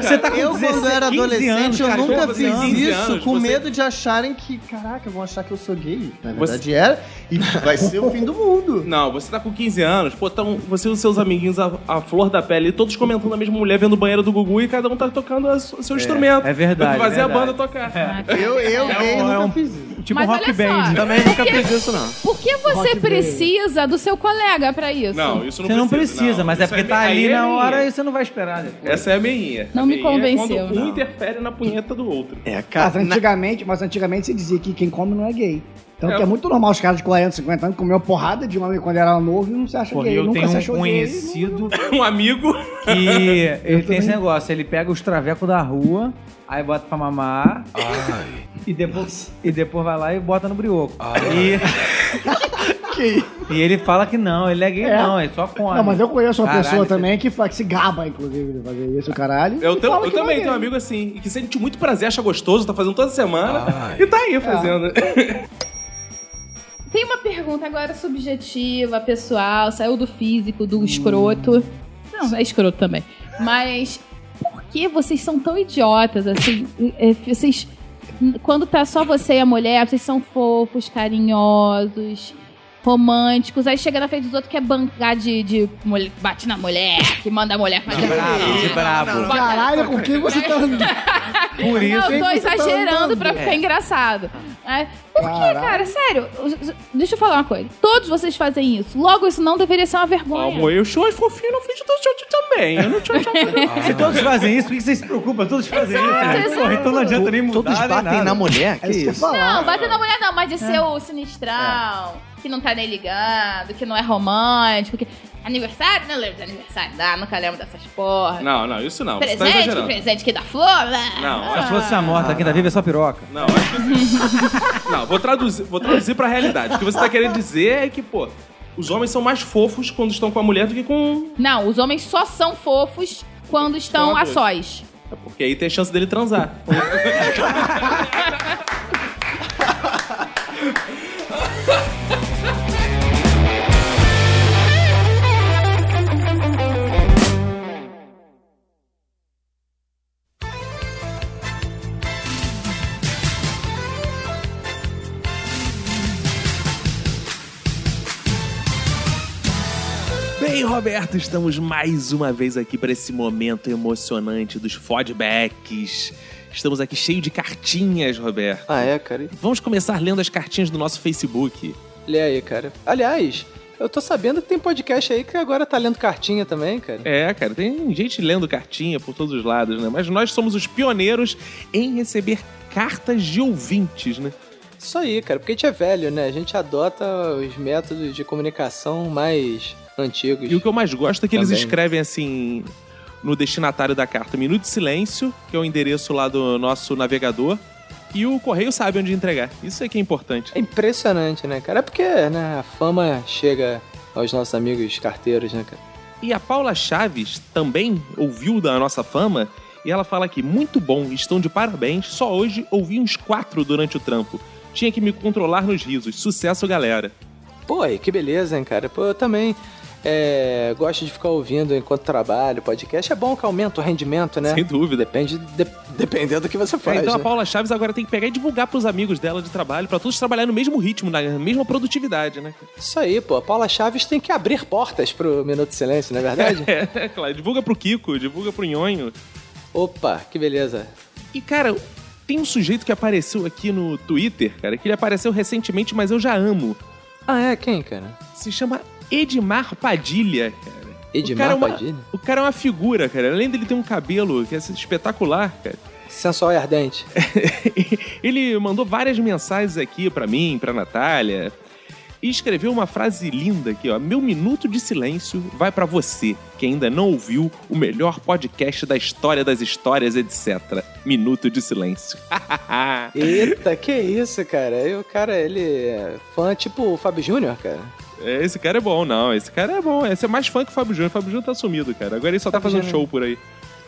Você tá com Eu, quando 16, era 15 adolescente, anos, eu cara, assim? nunca 15 fiz anos. isso anos, com você- medo de acharem que, caraca, vão achar que eu sou gay. Na verdade era, e vai ser o fim do mundo. Não, você tá com 15 anos, pô, tão, você e os seus amiguinhos à, à flor da pele, todos comentando a mesma mulher vendo o banheiro do Gugu e cada um tá tocando a su- seu instrumento. é verdade, Fazer é a verdade. banda tocar. Eu, É eu um- gay, é nunca um- fiz isso. Tipo Mas um rock olha só. band. Também nunca fiz isso, não. Por que você precisa do seu colega pra isso? Não, isso Assim, não Você não precisa. precisa, mas é Isso porque me- tá aí ali é na meinha. hora e você não vai esperar. né? depois. Essa é a meinha. Não A me meinha é convenceu. Quando um interfere na punheta do outro. É, Mas cara. na- antigamente, mas antigamente se dizia que quem come não é gay. Então É. que é muito normal os caras de 40, 50 anos comer uma porrada de homem quando era novo e não se acha Porra, gay. eu nunca tenho se um achou gay. conhecido Um amigo. que ele tem esse negócio, ele pega os travecos da rua, aí bota pra mamar Ai, e depois, e depois vai lá e bota no brioco. Ah. E, e ele fala que não, ele é gay É. não, ele só come. Não, mas eu conheço uma Caralho, pessoa você- também que, fa- que se gaba, inclusive, de fazer isso, caralho. Eu, e tam- fala eu que não é também gay. tenho um amigo assim, e que sente muito prazer, acha gostoso, tá fazendo toda semana. Ai. E tá É. aí fazendo. Tem uma pergunta agora subjetiva, pessoal, saiu do físico, do escroto. Não, é escroto também. Mas por que vocês são tão idiotas assim? É, Vocês. Quando tá só você e a mulher, vocês são fofos, carinhosos, românticos. Aí chega na frente dos outros que é bancar de, de mulher- bate na mulher, que manda a mulher fazer. Brabo, de brabo. Bota- Caralho, com quem você tá andando? Por isso, Não, eu tô Você tá exagerando andando. pra ficar engraçado. É. Por quê, Caralho. cara? Sério, deixa eu falar uma coisa. Todos vocês fazem isso. Logo, isso não deveria ser uma vergonha. Amor, eu show fofinho no vídeo do show também. Eu não show se todos fazem isso, por que vocês se preocupam? Todos fazem isso. né? exato. Porra, então não adianta nem mudar. Todos nem batem nada. na mulher? Que É isso que eu isso? falar. não, né? bater na mulher não, É. mas de ser o sinistrão, que não tá nem ligando, que não é romântico, que... é Aniversário? Não lembro de aniversário. Ah, nunca lembro dessas porras. Não, não, isso não. você tá presente, que exagerando. presente que dá flor. né? blá. Não, Se fosse a morta, quem tá viva é só piroca. Não, acho que... não vou, traduzir, vou traduzir pra realidade. O que você tá querendo dizer é que, pô, os homens são mais fofos quando estão com a mulher do que com. um. Não, os homens só são fofos quando estão Só a dois. sós. É Porque aí tem chance dele transar. Bem, Roberto, estamos mais uma vez aqui para esse momento emocionante dos fodbacks. Estamos aqui cheio de cartinhas, Roberto. Ah, é, cara? Vamos começar lendo as cartinhas do nosso Facebook. Lê aí, cara. Aliás, eu tô sabendo que tem podcast aí que agora tá lendo cartinha também, cara. É, cara, tem gente lendo cartinha por todos os lados, né? Mas nós somos os pioneiros em receber cartas de ouvintes, né? Isso aí, cara, porque a gente é velho, né? A gente adota os métodos de comunicação mais antigos. E o que eu mais gosto é que eles Também. escrevem assim no destinatário da carta Minuto de Silêncio, que é o endereço lá do nosso navegador, e o correio sabe onde entregar. Isso é que é importante. É impressionante, né, cara? É porque né, a fama chega aos nossos amigos carteiros, né, cara? E a Paula Chaves também ouviu da nossa fama e ela fala aqui: muito bom, estão de parabéns. Só hoje ouvi uns quatro durante o trampo. Tinha que me controlar nos risos. Sucesso, galera. Pô, aí, que beleza, hein, cara? Pô, eu também é, gosto de ficar ouvindo enquanto trabalho, podcast. É bom que aumenta o rendimento, É. né? Sem dúvida. Depende, de- dependendo do que você É, faz, então a né? Paula Chaves agora tem que pegar e divulgar pros amigos dela de trabalho, pra todos trabalharem no mesmo ritmo, na mesma produtividade, né? Isso aí, pô. A Paula Chaves tem que abrir portas pro Minuto de Silêncio, não é verdade? É, claro. Divulga pro Kiko, divulga pro Nhonho. Opa, que beleza. E, cara, tem um sujeito que apareceu aqui no Twitter, cara, que ele apareceu recentemente, mas eu já amo. Ah, é? Quem, cara? Se chama Edmar Padilha, cara. Edmar é uma- Padilha? O cara é uma figura, cara. Além dele ter um cabelo que é espetacular, cara. Sensual e ardente. Ele mandou várias mensagens aqui pra mim, pra Natália. E escreveu uma frase linda aqui, ó. Meu minuto de silêncio vai pra você, que ainda não ouviu o melhor podcast da história das histórias, etc. Minuto de silêncio. Eita, que isso, cara? E o cara, ele é fã tipo o Fábio Júnior, cara. É, Esse cara é bom, não. Esse cara é bom. Esse é mais fã que o Fábio Júnior. O Fábio Júnior tá sumido, cara. Agora ele só tá Fábio fazendo Júnior. show por aí.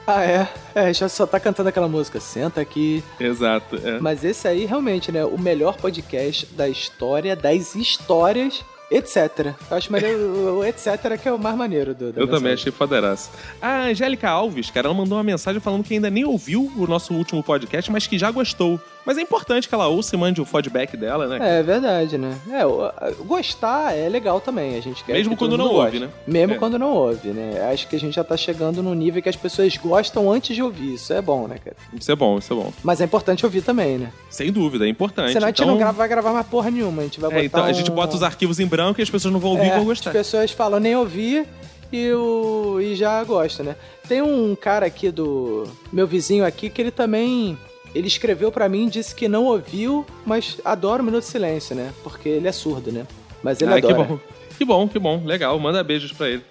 Ah, é? É, já só tá cantando aquela música. Senta aqui. Exato. é. Mas esse aí, realmente, né? O melhor podcast da história, das histórias, etc. Eu acho maneiro, o etc. que é o mais maneiro do. da Eu também mensagem. achei foderaço. A Angélica Alves, cara, ela mandou uma mensagem falando que ainda nem ouviu o nosso último podcast, mas que já gostou. Mas é importante que ela ouça e mande o feedback dela, né? É verdade, né? É, o- a- gostar é legal também. A gente quer Mesmo que todo quando mundo não ouve, goste. né? Mesmo É. quando não ouve, né? Acho que a gente já tá chegando num nível que as pessoas gostam antes de ouvir. Isso é bom, né, cara? Isso é bom, isso é bom. Mas é importante ouvir também, né? Sem dúvida, é importante. Senão a gente então... não grava, vai gravar mais porra nenhuma. A gente vai botar. É, então a gente um- bota os arquivos em branco e as pessoas não vão ouvir e É, vão gostar. As pessoas falam nem ouvir e, o... e já gosta, né? Tem um cara aqui do. Meu vizinho aqui que ele também. Ele escreveu pra mim, disse que não ouviu, mas adora o Minuto de Silêncio, né? Porque ele é surdo, né? Mas ele Ah, que adora. bom. Que bom, que bom. Legal, manda beijos pra ele.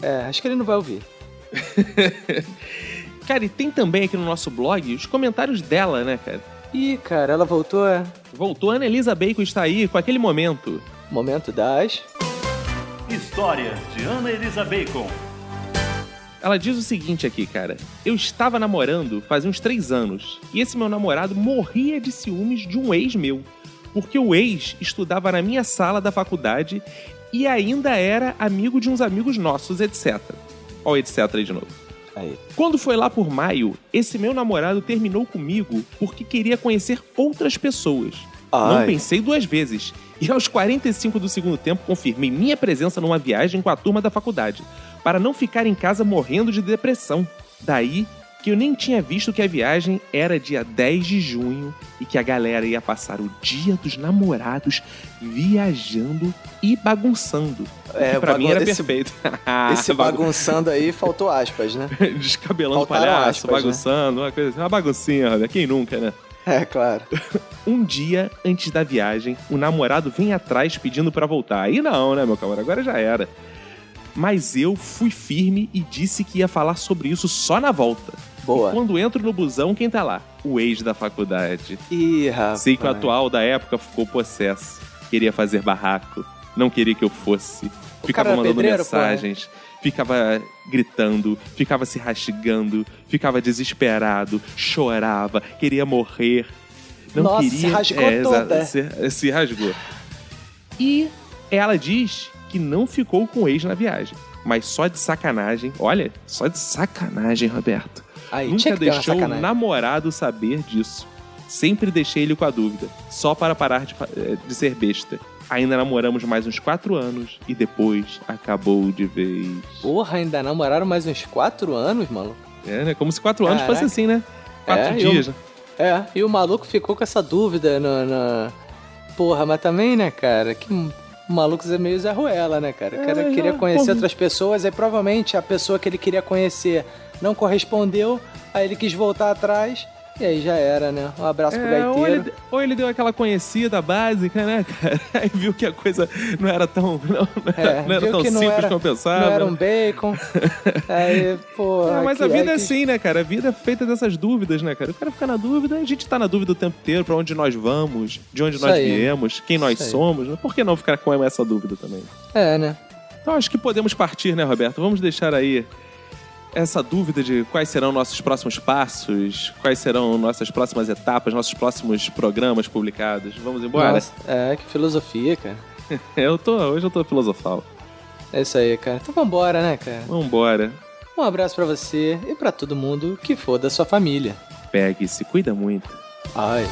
É, acho que ele não vai ouvir. Cara, e tem também aqui no nosso blog os comentários dela, né, cara? Ih, cara, ela voltou. é? Voltou, a Ana Elisa Bacon está aí com aquele momento. Momento das. Histórias de Ana Elisa Bacon. Ela diz o seguinte aqui, cara. Eu estava namorando faz uns três anos e esse meu namorado morria de ciúmes de um ex meu, porque o ex estudava na minha sala da faculdade e ainda era amigo de uns amigos nossos, etc. Ó, o etc aí de novo. Aí. Quando foi lá por maio, esse meu namorado terminou comigo porque queria conhecer outras pessoas. Não Ai. pensei duas vezes. E aos 45 do segundo tempo, confirmei minha presença numa viagem com a turma da faculdade, para não ficar em casa morrendo de depressão. Daí que eu nem tinha visto que a viagem era dia 10 de junho e que a galera ia passar o dia dos namorados viajando e bagunçando. É, que pra mim bagun- era Ah, esse- perfeito. Esse bagunçando aí faltou aspas, né? Descabelando o Faltaram palhaço, aspas, né? bagunçando, uma coisa assim. Uma baguncinha, Robert. Quem nunca, né? É, claro. Um dia antes da viagem, o namorado vem atrás pedindo pra voltar. Aí não, né, meu camarada? Agora já era. Mas eu fui firme e disse que ia falar sobre isso só na volta. Boa. Quando entro no busão, quem tá lá? O ex da faculdade. Ih, rapaz. Sei que o atual da época ficou possesso. Queria fazer barraco. Não queria que eu fosse. cara Ficava era mandando pedreiro, pô, né? mensagens. Ficava gritando, ficava se rastigando, ficava desesperado, chorava, queria morrer. Não Nossa, se queria. É, rasgou exa- toda. Se, se rasgou. E ela diz que não ficou com o ex na viagem. Mas só de sacanagem. Olha, só de sacanagem, Roberto. Aí, Nunca tinha que ter uma deixou o sacanagem. namorado saber disso. Sempre deixei ele com a dúvida, só para parar de, fa- eh, de ser besta. Ainda namoramos mais uns quatro anos e depois acabou de vez. Porra, ainda namoraram mais uns quatro anos, maluco? É, né? Como se quatro anos Caraca. fosse assim, né? Quatro É, e o- dias, né? É, e o maluco ficou com essa dúvida na. na- Porra, mas também, né, cara? Que m- malucos é meio Zé Ruela, né, cara? O cara É, queria já- conhecer pô. outras pessoas, aí provavelmente a pessoa que ele queria conhecer não correspondeu, aí ele quis voltar atrás, e aí já era, né? Um abraço pro É, ou, gaiteiro. ele, ou ele deu aquela conhecida básica, né, cara? Aí viu que a coisa não era tão, não, não era- É, não era viu tão que não simples era- como eu pensava. não era um né? bacon. aí, pô. É, mas aqui- a vida é aí que- assim, né, cara? A vida é feita dessas dúvidas, né, cara? O cara fica na dúvida, a gente tá na dúvida o tempo inteiro, pra onde nós vamos, de onde Isso nós aí. viemos, quem nós Isso aí. somos. Né? Por que não ficar com essa dúvida também? É, né? Então acho que podemos partir, né, Roberto? Vamos deixar aí essa dúvida de quais serão nossos próximos passos, quais serão nossas próximas etapas, nossos próximos programas publicados. Vamos embora? Nossa, é, que filosofia, cara. eu tô, hoje eu tô filosofal. É isso aí, cara. Então vambora, né, cara? Vambora. Um abraço pra você e pra todo mundo que for da sua família. Pegue e se cuida muito. Ai.